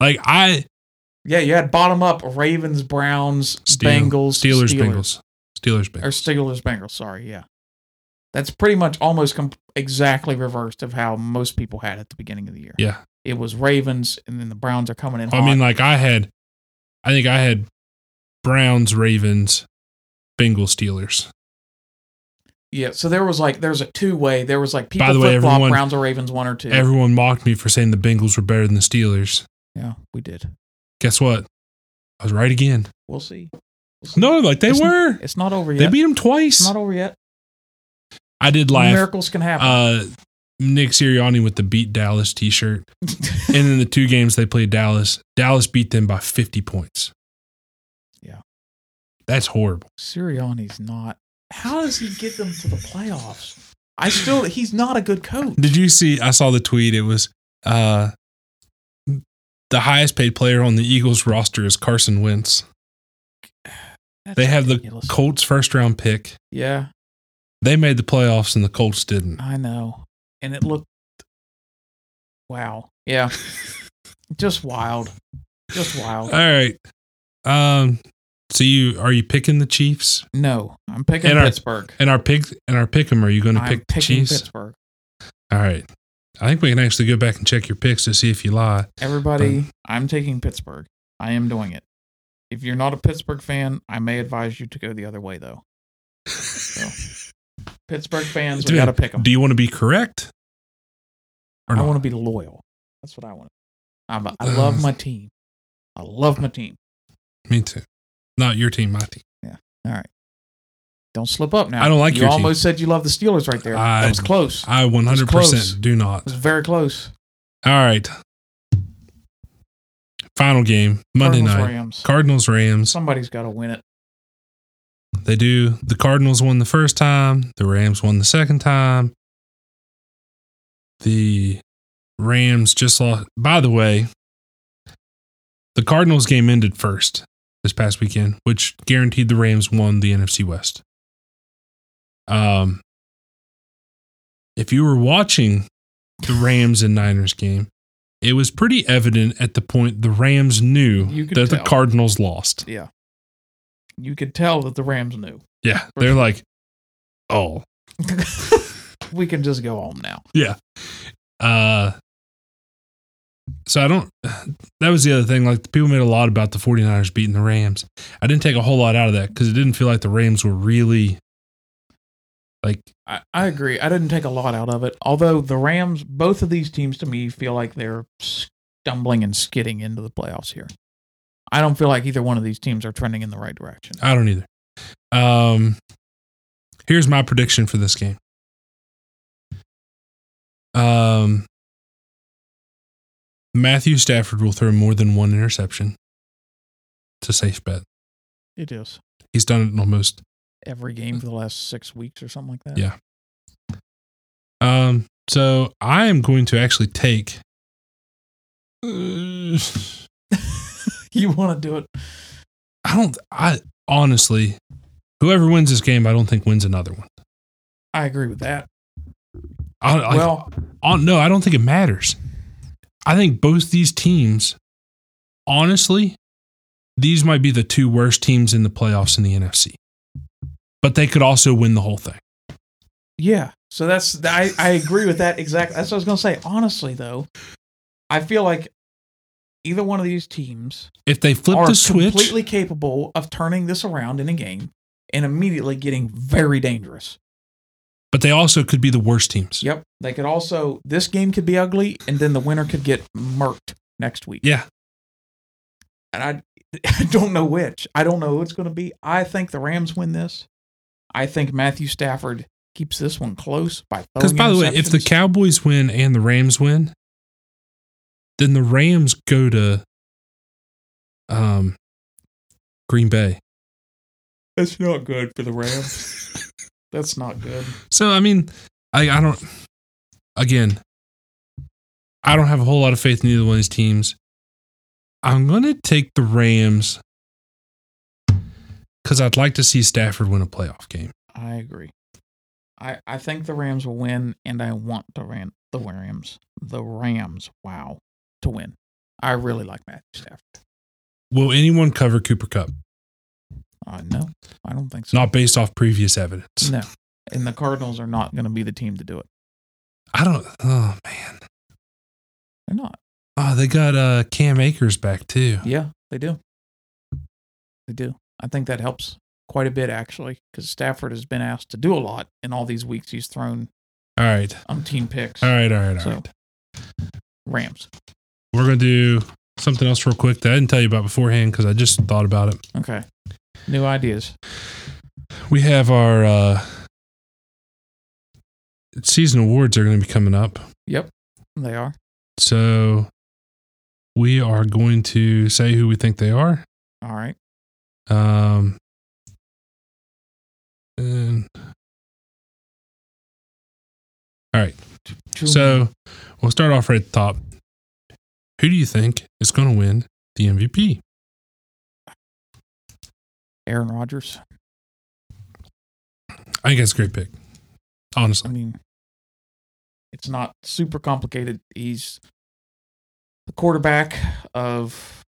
[SPEAKER 1] Like I
[SPEAKER 2] Yeah, you had bottom up Ravens, Browns,
[SPEAKER 1] Steel-
[SPEAKER 2] Bengals,
[SPEAKER 1] Steelers, Bengals, Steelers,
[SPEAKER 2] Or
[SPEAKER 1] Bengals.
[SPEAKER 2] Steelers, Bengals. Sorry. Yeah. That's pretty much almost com- exactly reversed of how most people had at the beginning of the year.
[SPEAKER 1] Yeah.
[SPEAKER 2] It was Ravens, and then the Browns are coming in.
[SPEAKER 1] I
[SPEAKER 2] hot.
[SPEAKER 1] mean, like I had, I think I had Browns, Ravens, Bengals, Steelers.
[SPEAKER 2] yeah. So there was like, there's a two way. There was like people
[SPEAKER 1] the way,
[SPEAKER 2] flip flop
[SPEAKER 1] everyone-
[SPEAKER 2] Browns or Ravens one or two.
[SPEAKER 1] Everyone mocked me for saying the Bengals were better than the Steelers.
[SPEAKER 2] Yeah, we did.
[SPEAKER 1] Guess what? I was right again.
[SPEAKER 2] We'll see. We'll see.
[SPEAKER 1] No, like they
[SPEAKER 2] It's-
[SPEAKER 1] were.
[SPEAKER 2] it's not over
[SPEAKER 1] They
[SPEAKER 2] yet.
[SPEAKER 1] beat him
[SPEAKER 2] It's
[SPEAKER 1] twice.
[SPEAKER 2] not over yet.
[SPEAKER 1] I did laugh.
[SPEAKER 2] Miracles can happen.
[SPEAKER 1] Uh, Nick Sirianni with the beat Dallas T-shirt, Uh, and then the two games they played Dallas, Dallas beat them by 50 points.
[SPEAKER 2] Yeah.
[SPEAKER 1] that's horrible.
[SPEAKER 2] Sirianni's not. How does he get them to the playoffs? I still, he's not a good coach.
[SPEAKER 1] Did you see? I saw the tweet. It was uh, the highest paid player on the Eagles roster is Carson Wentz.
[SPEAKER 2] That's
[SPEAKER 1] They have the
[SPEAKER 2] ridiculous.
[SPEAKER 1] Colts first round pick.
[SPEAKER 2] Yeah,
[SPEAKER 1] They made the playoffs and the Colts didn't.
[SPEAKER 2] I know. And it looked. Wow. Yeah. Just wild. Just
[SPEAKER 1] All
[SPEAKER 2] wild.
[SPEAKER 1] right. Um. So you are you picking the Chiefs
[SPEAKER 2] No, I'm picking
[SPEAKER 1] And our-
[SPEAKER 2] Pittsburgh.
[SPEAKER 1] and our pick and our pick 'em? Are you going to
[SPEAKER 2] I'm
[SPEAKER 1] pick the
[SPEAKER 2] picking
[SPEAKER 1] Chiefs?
[SPEAKER 2] Pittsburgh.
[SPEAKER 1] All right. I think we can actually go back and check your picks to see if you lie.
[SPEAKER 2] Everybody, I'm taking Pittsburgh. I am doing it. If you're not a Pittsburgh fan, I may advise you to go the other way though. So, Pittsburgh fans, we
[SPEAKER 1] Dude,
[SPEAKER 2] got to pick them.
[SPEAKER 1] Do you want to be correct? Or
[SPEAKER 2] I
[SPEAKER 1] not?
[SPEAKER 2] want to be loyal. That's what I want. I'm, I love my team. I love my team.
[SPEAKER 1] Me too. Not your team, my team.
[SPEAKER 2] Don't slip up now.
[SPEAKER 1] I don't like
[SPEAKER 2] you.
[SPEAKER 1] your team.
[SPEAKER 2] almost said you love the Steelers right there.
[SPEAKER 1] I-
[SPEAKER 2] that was close. It
[SPEAKER 1] I 100%
[SPEAKER 2] close.
[SPEAKER 1] do not.
[SPEAKER 2] was very close.
[SPEAKER 1] All right. Final game, Monday
[SPEAKER 2] Cardinals,
[SPEAKER 1] night.
[SPEAKER 2] Rams.
[SPEAKER 1] Cardinals Rams.
[SPEAKER 2] Somebody's got to win it.
[SPEAKER 1] They do. The Cardinals won the first time, the Rams won the second time. The Rams just lost. By the way, the Cardinals game ended first this past weekend, which guaranteed the Rams won the NFC West. Um, if you were watching the Rams and Niners game, it was pretty evident at the point the Rams knew
[SPEAKER 2] You could
[SPEAKER 1] that the
[SPEAKER 2] tell.
[SPEAKER 1] Cardinals lost.
[SPEAKER 2] Yeah. You could tell that the Rams knew.
[SPEAKER 1] Yeah,
[SPEAKER 2] For
[SPEAKER 1] they're
[SPEAKER 2] sure.
[SPEAKER 1] like, oh,
[SPEAKER 2] we can just go home now.
[SPEAKER 1] Uh, so I don't. That was the other thing. Like people made a lot about the 49ers beating the Rams. I didn't take a whole lot out of that because it didn't feel like the Rams were really like
[SPEAKER 2] I, I agree. I didn't take a lot out of it. Although the Rams, both of these teams to me feel like they're stumbling and skidding into the playoffs here. I don't feel like either one of these teams are trending in the right direction.
[SPEAKER 1] I don't either. Um, here's my prediction for this game. Um, Matthew Stafford will throw more than one interception. It's a safe bet.
[SPEAKER 2] It is.
[SPEAKER 1] He's done it in almost
[SPEAKER 2] Every game for the last six weeks or something like that.
[SPEAKER 1] Yeah. Um, so I am going to actually take. Uh,
[SPEAKER 2] You want to do it.
[SPEAKER 1] I don't. I honestly, whoever wins this game, I don't think wins another one.
[SPEAKER 2] I agree with that.
[SPEAKER 1] I, like,
[SPEAKER 2] well,
[SPEAKER 1] on, no, I don't think it matters. I think both these teams, honestly, these might be the two worst teams in the playoffs in the NFC, but they could also win the whole thing.
[SPEAKER 2] yeah. So that's, I, I agree with that exactly. That's what I was going to say. Honestly, though, I feel like either one of these teams
[SPEAKER 1] If they flip
[SPEAKER 2] are
[SPEAKER 1] the switch,
[SPEAKER 2] completely capable of turning this around in a game and immediately getting very dangerous.
[SPEAKER 1] but they also could be the worst teams.
[SPEAKER 2] Yep. They could also this game could be ugly and then the winner could get murked next week.
[SPEAKER 1] Yeah.
[SPEAKER 2] And I I don't know which. I don't know who it's going to be. I think the Rams win this. I think Matthew Stafford keeps this one close by
[SPEAKER 1] Because
[SPEAKER 2] throwing
[SPEAKER 1] by the way, if the
[SPEAKER 2] interceptions.
[SPEAKER 1] Cowboys win and the Rams win, then the Rams go to um Green Bay.
[SPEAKER 2] that's not good for the Rams. that's not good.
[SPEAKER 1] So I mean, I, I don't again I don't have a whole lot of faith in either one of these teams. I'm gonna take the Rams because I'd like to see Stafford win a playoff game.
[SPEAKER 2] I agree. I I think the Rams will win, and I want the Ram the Rams the Rams wow to win. I really like Matthew Stafford.
[SPEAKER 1] Will anyone cover Cooper Cup?
[SPEAKER 2] Uh, no, I don't think so.
[SPEAKER 1] Not based off previous evidence.
[SPEAKER 2] No, and the Cardinals are not going to be the team to do it.
[SPEAKER 1] I don't oh man.
[SPEAKER 2] They're not.
[SPEAKER 1] Oh, they got uh Cam Akers back too.
[SPEAKER 2] Yeah, they do. They do. I think that helps quite a bit actually, because Stafford has been asked to do a lot in all these weeks. He's thrown
[SPEAKER 1] All right. Uh,
[SPEAKER 2] umpteen picks.
[SPEAKER 1] All right, all right, all
[SPEAKER 2] So-
[SPEAKER 1] right.
[SPEAKER 2] Rams.
[SPEAKER 1] We're gonna do Something else, real quick, that I didn't tell you about beforehand because I just thought about it.
[SPEAKER 2] Okay. New ideas.
[SPEAKER 1] We have our uh, season awards are going to be coming up.
[SPEAKER 2] Yep. They are.
[SPEAKER 1] So we are going to say who we think they are.
[SPEAKER 2] All right.
[SPEAKER 1] Um, and
[SPEAKER 2] Two
[SPEAKER 1] so we'll start off right at the top. Who do you think is going to win the MVP?
[SPEAKER 2] Aaron Rodgers.
[SPEAKER 1] I think that's a great pick.
[SPEAKER 2] I
[SPEAKER 1] Honestly,
[SPEAKER 2] mean, it's not super complicated. He's the quarterback of,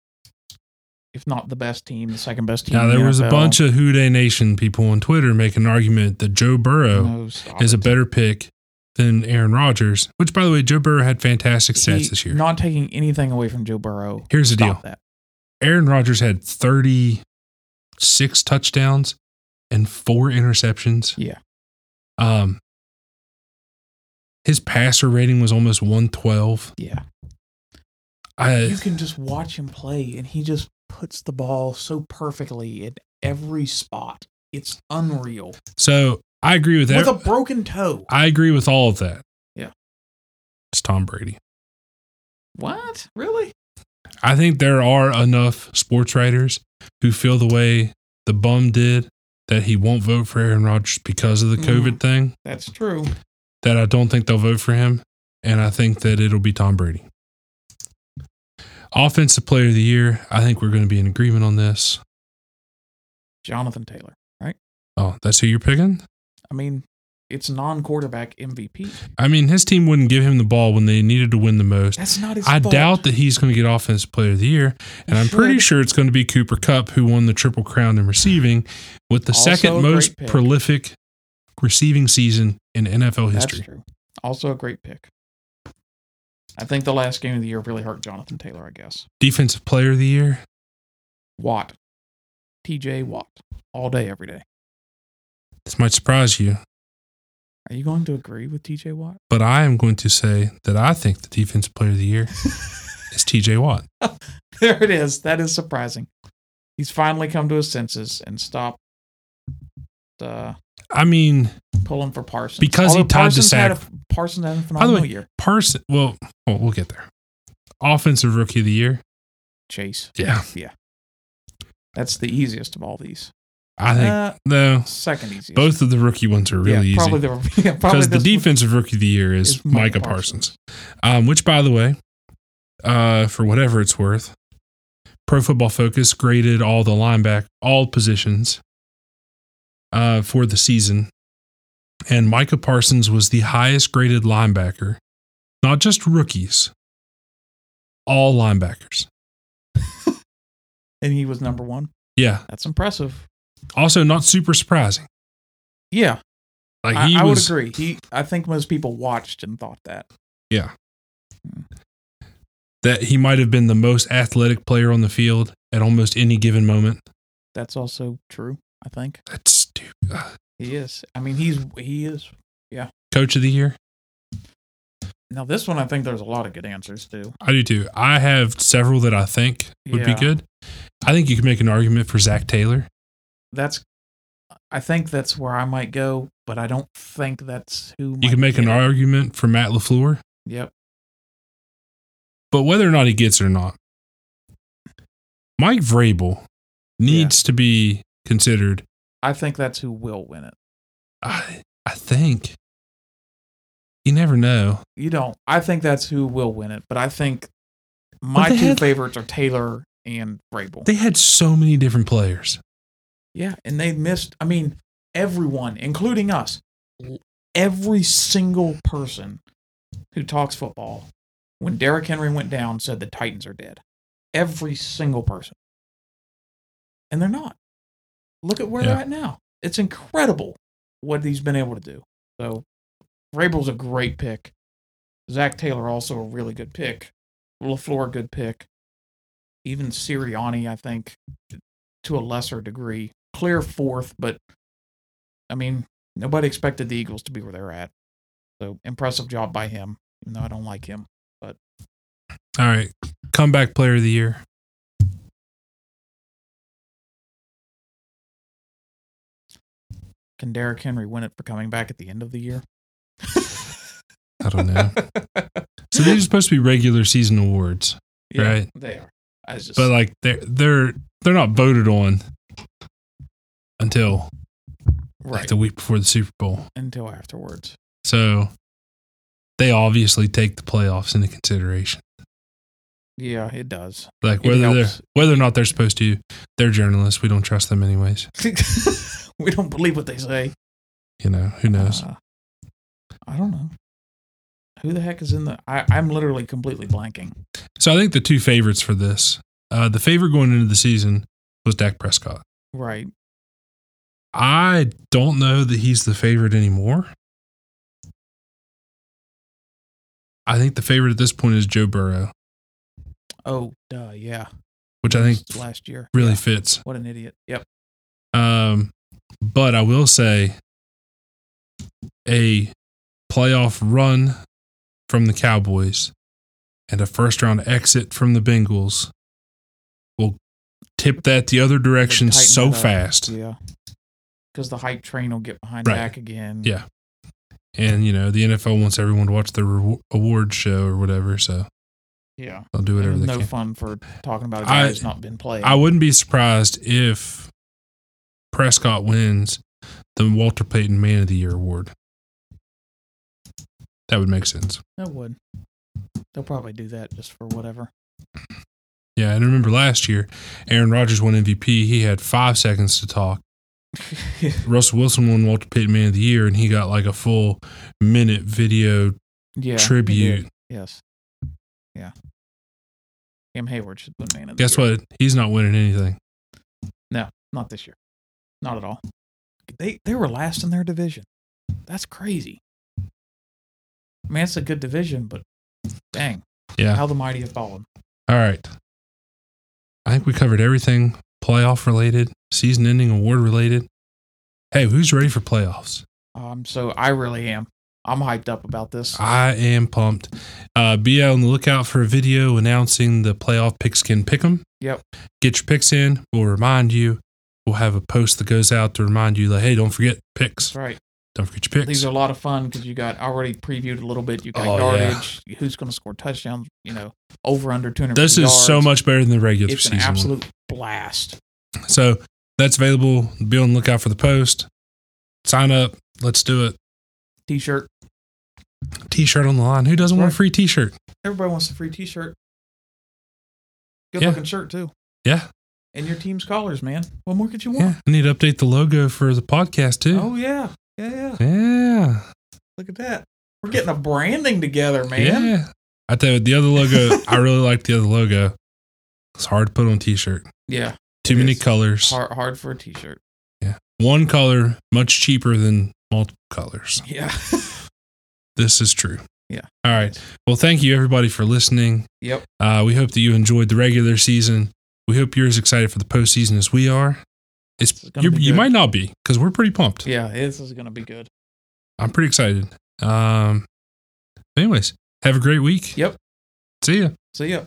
[SPEAKER 2] if not the best team, the second best team.
[SPEAKER 1] now
[SPEAKER 2] in the
[SPEAKER 1] there was a
[SPEAKER 2] NFL.
[SPEAKER 1] bunch of Houday Nation people on Twitter making an argument that Joe Burrow
[SPEAKER 2] No, stop
[SPEAKER 1] is uh, a
[SPEAKER 2] it.
[SPEAKER 1] better pick than Aaron Rodgers. Which, by the way, Joe Burrow had fantastic stats
[SPEAKER 2] He-
[SPEAKER 1] this year.
[SPEAKER 2] Not taking anything away from Joe Burrow.
[SPEAKER 1] Here's the deal:
[SPEAKER 2] Stop that.
[SPEAKER 1] Aaron Rodgers had 36 touchdowns and four interceptions.
[SPEAKER 2] Yeah.
[SPEAKER 1] Um, his passer rating was almost 112.
[SPEAKER 2] Yeah.
[SPEAKER 1] I Uh,
[SPEAKER 2] you can just watch him play and he just puts the ball so perfectly in every spot. It's unreal.
[SPEAKER 1] so I agree with that.
[SPEAKER 2] With a broken toe.
[SPEAKER 1] I agree with all of that.
[SPEAKER 2] Yeah.
[SPEAKER 1] It's Tom Brady.
[SPEAKER 2] What? Really?
[SPEAKER 1] I think there are enough sports writers who feel the way the bum did that he won't vote for Aaron Rodgers because of the
[SPEAKER 2] Mhm.
[SPEAKER 1] COVID thing.
[SPEAKER 2] That's true.
[SPEAKER 1] that I don't think they'll vote for him, and I think that it'll be Tom Brady. Offensive player of the year, I think we're going to be in agreement on this.
[SPEAKER 2] Jonathan Taylor.
[SPEAKER 1] Oh, that's who you're picking?
[SPEAKER 2] I mean, it's non quarterback MVP.
[SPEAKER 1] I mean, his team wouldn't give him the ball when they needed to win the most.
[SPEAKER 2] That's not his
[SPEAKER 1] I
[SPEAKER 2] fault.
[SPEAKER 1] doubt that he's going to get offensive player of the year, and
[SPEAKER 2] He
[SPEAKER 1] I'm pretty
[SPEAKER 2] should.
[SPEAKER 1] sure it's going to be Cooper Cup, who won the triple crown in receiving, with the
[SPEAKER 2] Also a
[SPEAKER 1] second
[SPEAKER 2] great
[SPEAKER 1] most
[SPEAKER 2] pick.
[SPEAKER 1] prolific receiving season in NFL
[SPEAKER 2] That's
[SPEAKER 1] history.
[SPEAKER 2] true. Also a great pick. I think the last game of the year really hurt Jonathan Taylor, I guess.
[SPEAKER 1] Defensive player of the year,
[SPEAKER 2] Watt. TJ Watt. All day, every day.
[SPEAKER 1] this might surprise you,
[SPEAKER 2] Are you going to agree with TJ Watt?
[SPEAKER 1] but I am going to say that I think the defensive player of the year is TJ Watt.
[SPEAKER 2] There it is. That is surprising. He's finally come to his senses and stopped uh,
[SPEAKER 1] I mean,
[SPEAKER 2] pulling for Parsons
[SPEAKER 1] Because he
[SPEAKER 2] Although
[SPEAKER 1] tied the
[SPEAKER 2] Parsons had
[SPEAKER 1] sack.
[SPEAKER 2] a- Parsons had a phenomenal
[SPEAKER 1] way-
[SPEAKER 2] year.
[SPEAKER 1] person. Well, well, we'll get there. Offensive rookie of the year.
[SPEAKER 2] Chase.
[SPEAKER 1] Yeah,
[SPEAKER 2] That's the easiest of all these.
[SPEAKER 1] I think
[SPEAKER 2] Uh,
[SPEAKER 1] no.
[SPEAKER 2] second easiest.
[SPEAKER 1] Both of the rookie ones are
[SPEAKER 2] yeah,
[SPEAKER 1] really
[SPEAKER 2] Probably
[SPEAKER 1] easy
[SPEAKER 2] the yeah, probably
[SPEAKER 1] because the
[SPEAKER 2] this one
[SPEAKER 1] defensive rookie of the year is,
[SPEAKER 2] is
[SPEAKER 1] Micah Parsons. Um, which, by the way, uh, for whatever it's worth, Pro Football Focus graded all the lineback all positions uh, for the season, and Micah Parsons was the highest graded linebacker, not just rookies, all linebackers.
[SPEAKER 2] and he was number one.
[SPEAKER 1] Yeah.
[SPEAKER 2] That's impressive.
[SPEAKER 1] Also, not super surprising.
[SPEAKER 2] Yeah,
[SPEAKER 1] Like
[SPEAKER 2] I,
[SPEAKER 1] he
[SPEAKER 2] I would
[SPEAKER 1] was.
[SPEAKER 2] agree. He, I think most people watched and thought that.
[SPEAKER 1] that he might have been the most athletic player on the field at almost any given moment.
[SPEAKER 2] That's also true. I think
[SPEAKER 1] That's stupid. Ugh.
[SPEAKER 2] he is. I mean, he's he is.
[SPEAKER 1] Coach of the year?
[SPEAKER 2] Now this one, I think there's a lot of good answers too.
[SPEAKER 1] I do too. I have several that I think would be
[SPEAKER 2] Yeah.
[SPEAKER 1] good. I think you can make an argument for Zach Taylor.
[SPEAKER 2] that's I think that's where I might go, but I don't think that's who
[SPEAKER 1] You can make an argument for Matt LaFleur.
[SPEAKER 2] Yep.
[SPEAKER 1] But whether or not he gets it or not, Mike Vrabel needs to be considered.
[SPEAKER 2] I think that's who will win it.
[SPEAKER 1] I, I think you never know.
[SPEAKER 2] You don't. I think that's who will win it, but I think my
[SPEAKER 1] they
[SPEAKER 2] two
[SPEAKER 1] had-
[SPEAKER 2] favorites are Taylor and Rabel.
[SPEAKER 1] They had so many different players.
[SPEAKER 2] yeah, and they missed I mean everyone, including us. Every single person who talks football when Derrick Henry went down said the Titans are dead. Every single person. And they're not. Look at where
[SPEAKER 1] Yeah.
[SPEAKER 2] they're at now. It's incredible what he's been able to do. So Rabel's a great pick. Zach Taylor also a really good pick. LaFleur a good pick. Even Sirianni, I think, to a lesser degree. Clear fourth, but I mean, nobody expected the Eagles to be where they're at. So impressive job by him, even though I don't like him.
[SPEAKER 1] All right. Comeback player of the year.
[SPEAKER 2] Can Derrick Henry win it for coming back at the end of the year?
[SPEAKER 1] I don't know. so these are supposed to be regular season awards, Right.
[SPEAKER 2] They are. I was just
[SPEAKER 1] but like they're they're they're not voted on until like
[SPEAKER 2] right
[SPEAKER 1] the week before the Super Bowl.
[SPEAKER 2] until afterwards.
[SPEAKER 1] So they obviously take the playoffs into consideration.
[SPEAKER 2] Yeah, it does.
[SPEAKER 1] Like
[SPEAKER 2] It
[SPEAKER 1] whether they're
[SPEAKER 2] helps.
[SPEAKER 1] whether or not they're supposed to, they're journalists. We don't trust them anyways.
[SPEAKER 2] we don't believe what they say.
[SPEAKER 1] You know who knows?
[SPEAKER 2] Uh, I don't know. Who the heck is in the? I, I'm literally completely blanking.
[SPEAKER 1] So I think the two favorites for this, uh, the favorite going into the season was Dak Prescott.
[SPEAKER 2] Right.
[SPEAKER 1] I don't know that he's the favorite anymore. I think the favorite at this point is Joe Burrow,
[SPEAKER 2] Oh, duh. Yeah.
[SPEAKER 1] which I think
[SPEAKER 2] Just last year.
[SPEAKER 1] really
[SPEAKER 2] Yeah.
[SPEAKER 1] fits.
[SPEAKER 2] What an idiot. Yep.
[SPEAKER 1] Um, but I will say a playoff run from the Cowboys and a first round exit from the Bengals will tip that the other direction
[SPEAKER 2] tighten
[SPEAKER 1] so
[SPEAKER 2] it up.
[SPEAKER 1] fast.
[SPEAKER 2] Yeah. Because the hype train will get behind
[SPEAKER 1] Right.
[SPEAKER 2] back again.
[SPEAKER 1] Yeah. And, you know, the NFL wants everyone to watch the re- award show or whatever. So
[SPEAKER 2] Yeah.
[SPEAKER 1] they'll do whatever
[SPEAKER 2] And
[SPEAKER 1] they
[SPEAKER 2] no
[SPEAKER 1] can.
[SPEAKER 2] fun for talking about a guy
[SPEAKER 1] I-
[SPEAKER 2] who's not been playing.
[SPEAKER 1] I wouldn't be surprised if Prescott wins the Walter Payton Man of the Year award. That would make sense.
[SPEAKER 2] that would. They'll probably do that just for whatever.
[SPEAKER 1] Yeah, and remember last year, Aaron Rodgers won MVP. He had five seconds to talk. Russell Wilson won Walter Payton Man of the Year, and he got like a full minute video
[SPEAKER 2] yeah.
[SPEAKER 1] tribute.
[SPEAKER 2] Yes. Yeah. Cam Hayward should win man of the
[SPEAKER 1] Guess
[SPEAKER 2] year.
[SPEAKER 1] what? He's not winning anything.
[SPEAKER 2] Not this year. Not at all. They they were last in their division. That's crazy. I mean, it's a good division, but dang,
[SPEAKER 1] Yeah.
[SPEAKER 2] how the mighty have fallen.
[SPEAKER 1] All right. I think we covered everything playoff related, season ending, award related. Hey, who's ready for playoffs?
[SPEAKER 2] Um, so I really am. I'm hyped up about this.
[SPEAKER 1] I am pumped. Uh, be on the lookout for a video announcing the playoff pickskin pick'em.
[SPEAKER 2] Yep.
[SPEAKER 1] Get your picks in. We'll remind you. We'll have a post that goes out to remind you, like, hey, don't forget picks.
[SPEAKER 2] That's right.
[SPEAKER 1] Don't forget your picks.
[SPEAKER 2] These are a lot of fun because you got already previewed a little bit. You got
[SPEAKER 1] Oh, yeah.
[SPEAKER 2] yardage. Who's going to score touchdowns? You know, over under 200.
[SPEAKER 1] this is so much better than the regular
[SPEAKER 2] It's an
[SPEAKER 1] season. one.
[SPEAKER 2] absolute blast.
[SPEAKER 1] So that's available. Be on the lookout for the post. Sign up. Let's do it.
[SPEAKER 2] T-shirt.
[SPEAKER 1] T shirt on the line. Who doesn't want a
[SPEAKER 2] Right.
[SPEAKER 1] free t shirt?
[SPEAKER 2] Everybody wants a free T-shirt. Good
[SPEAKER 1] Yeah.
[SPEAKER 2] looking shirt too.
[SPEAKER 1] Yeah.
[SPEAKER 2] And your team's collars, man. What more could you want?
[SPEAKER 1] Yeah. I need to update the logo for the podcast too.
[SPEAKER 2] Oh yeah, yeah, yeah.
[SPEAKER 1] Yeah.
[SPEAKER 2] Look at that. We're getting a branding together, man.
[SPEAKER 1] Yeah. I tell you, what, the other logo, I really like the other logo. It's hard to put on a t shirt.
[SPEAKER 2] Yeah.
[SPEAKER 1] Too
[SPEAKER 2] It
[SPEAKER 1] many
[SPEAKER 2] is.
[SPEAKER 1] colors.
[SPEAKER 2] Hard, hard for a T-shirt.
[SPEAKER 1] One color, much cheaper than multiple colors.
[SPEAKER 2] Yeah.
[SPEAKER 1] This is true.
[SPEAKER 2] Yeah.
[SPEAKER 1] All right. Well, thank you everybody for listening.
[SPEAKER 2] Yep.
[SPEAKER 1] Uh, we hope that you enjoyed the regular season. We hope you're as excited for the postseason as we are. It's,
[SPEAKER 2] This is gonna
[SPEAKER 1] you
[SPEAKER 2] be
[SPEAKER 1] you
[SPEAKER 2] good.
[SPEAKER 1] might not be because we're pretty pumped.
[SPEAKER 2] Yeah. This is gonna be good.
[SPEAKER 1] I'm pretty excited. Um. Anyways, have a great week.
[SPEAKER 2] Yep.
[SPEAKER 1] See ya.
[SPEAKER 2] See ya.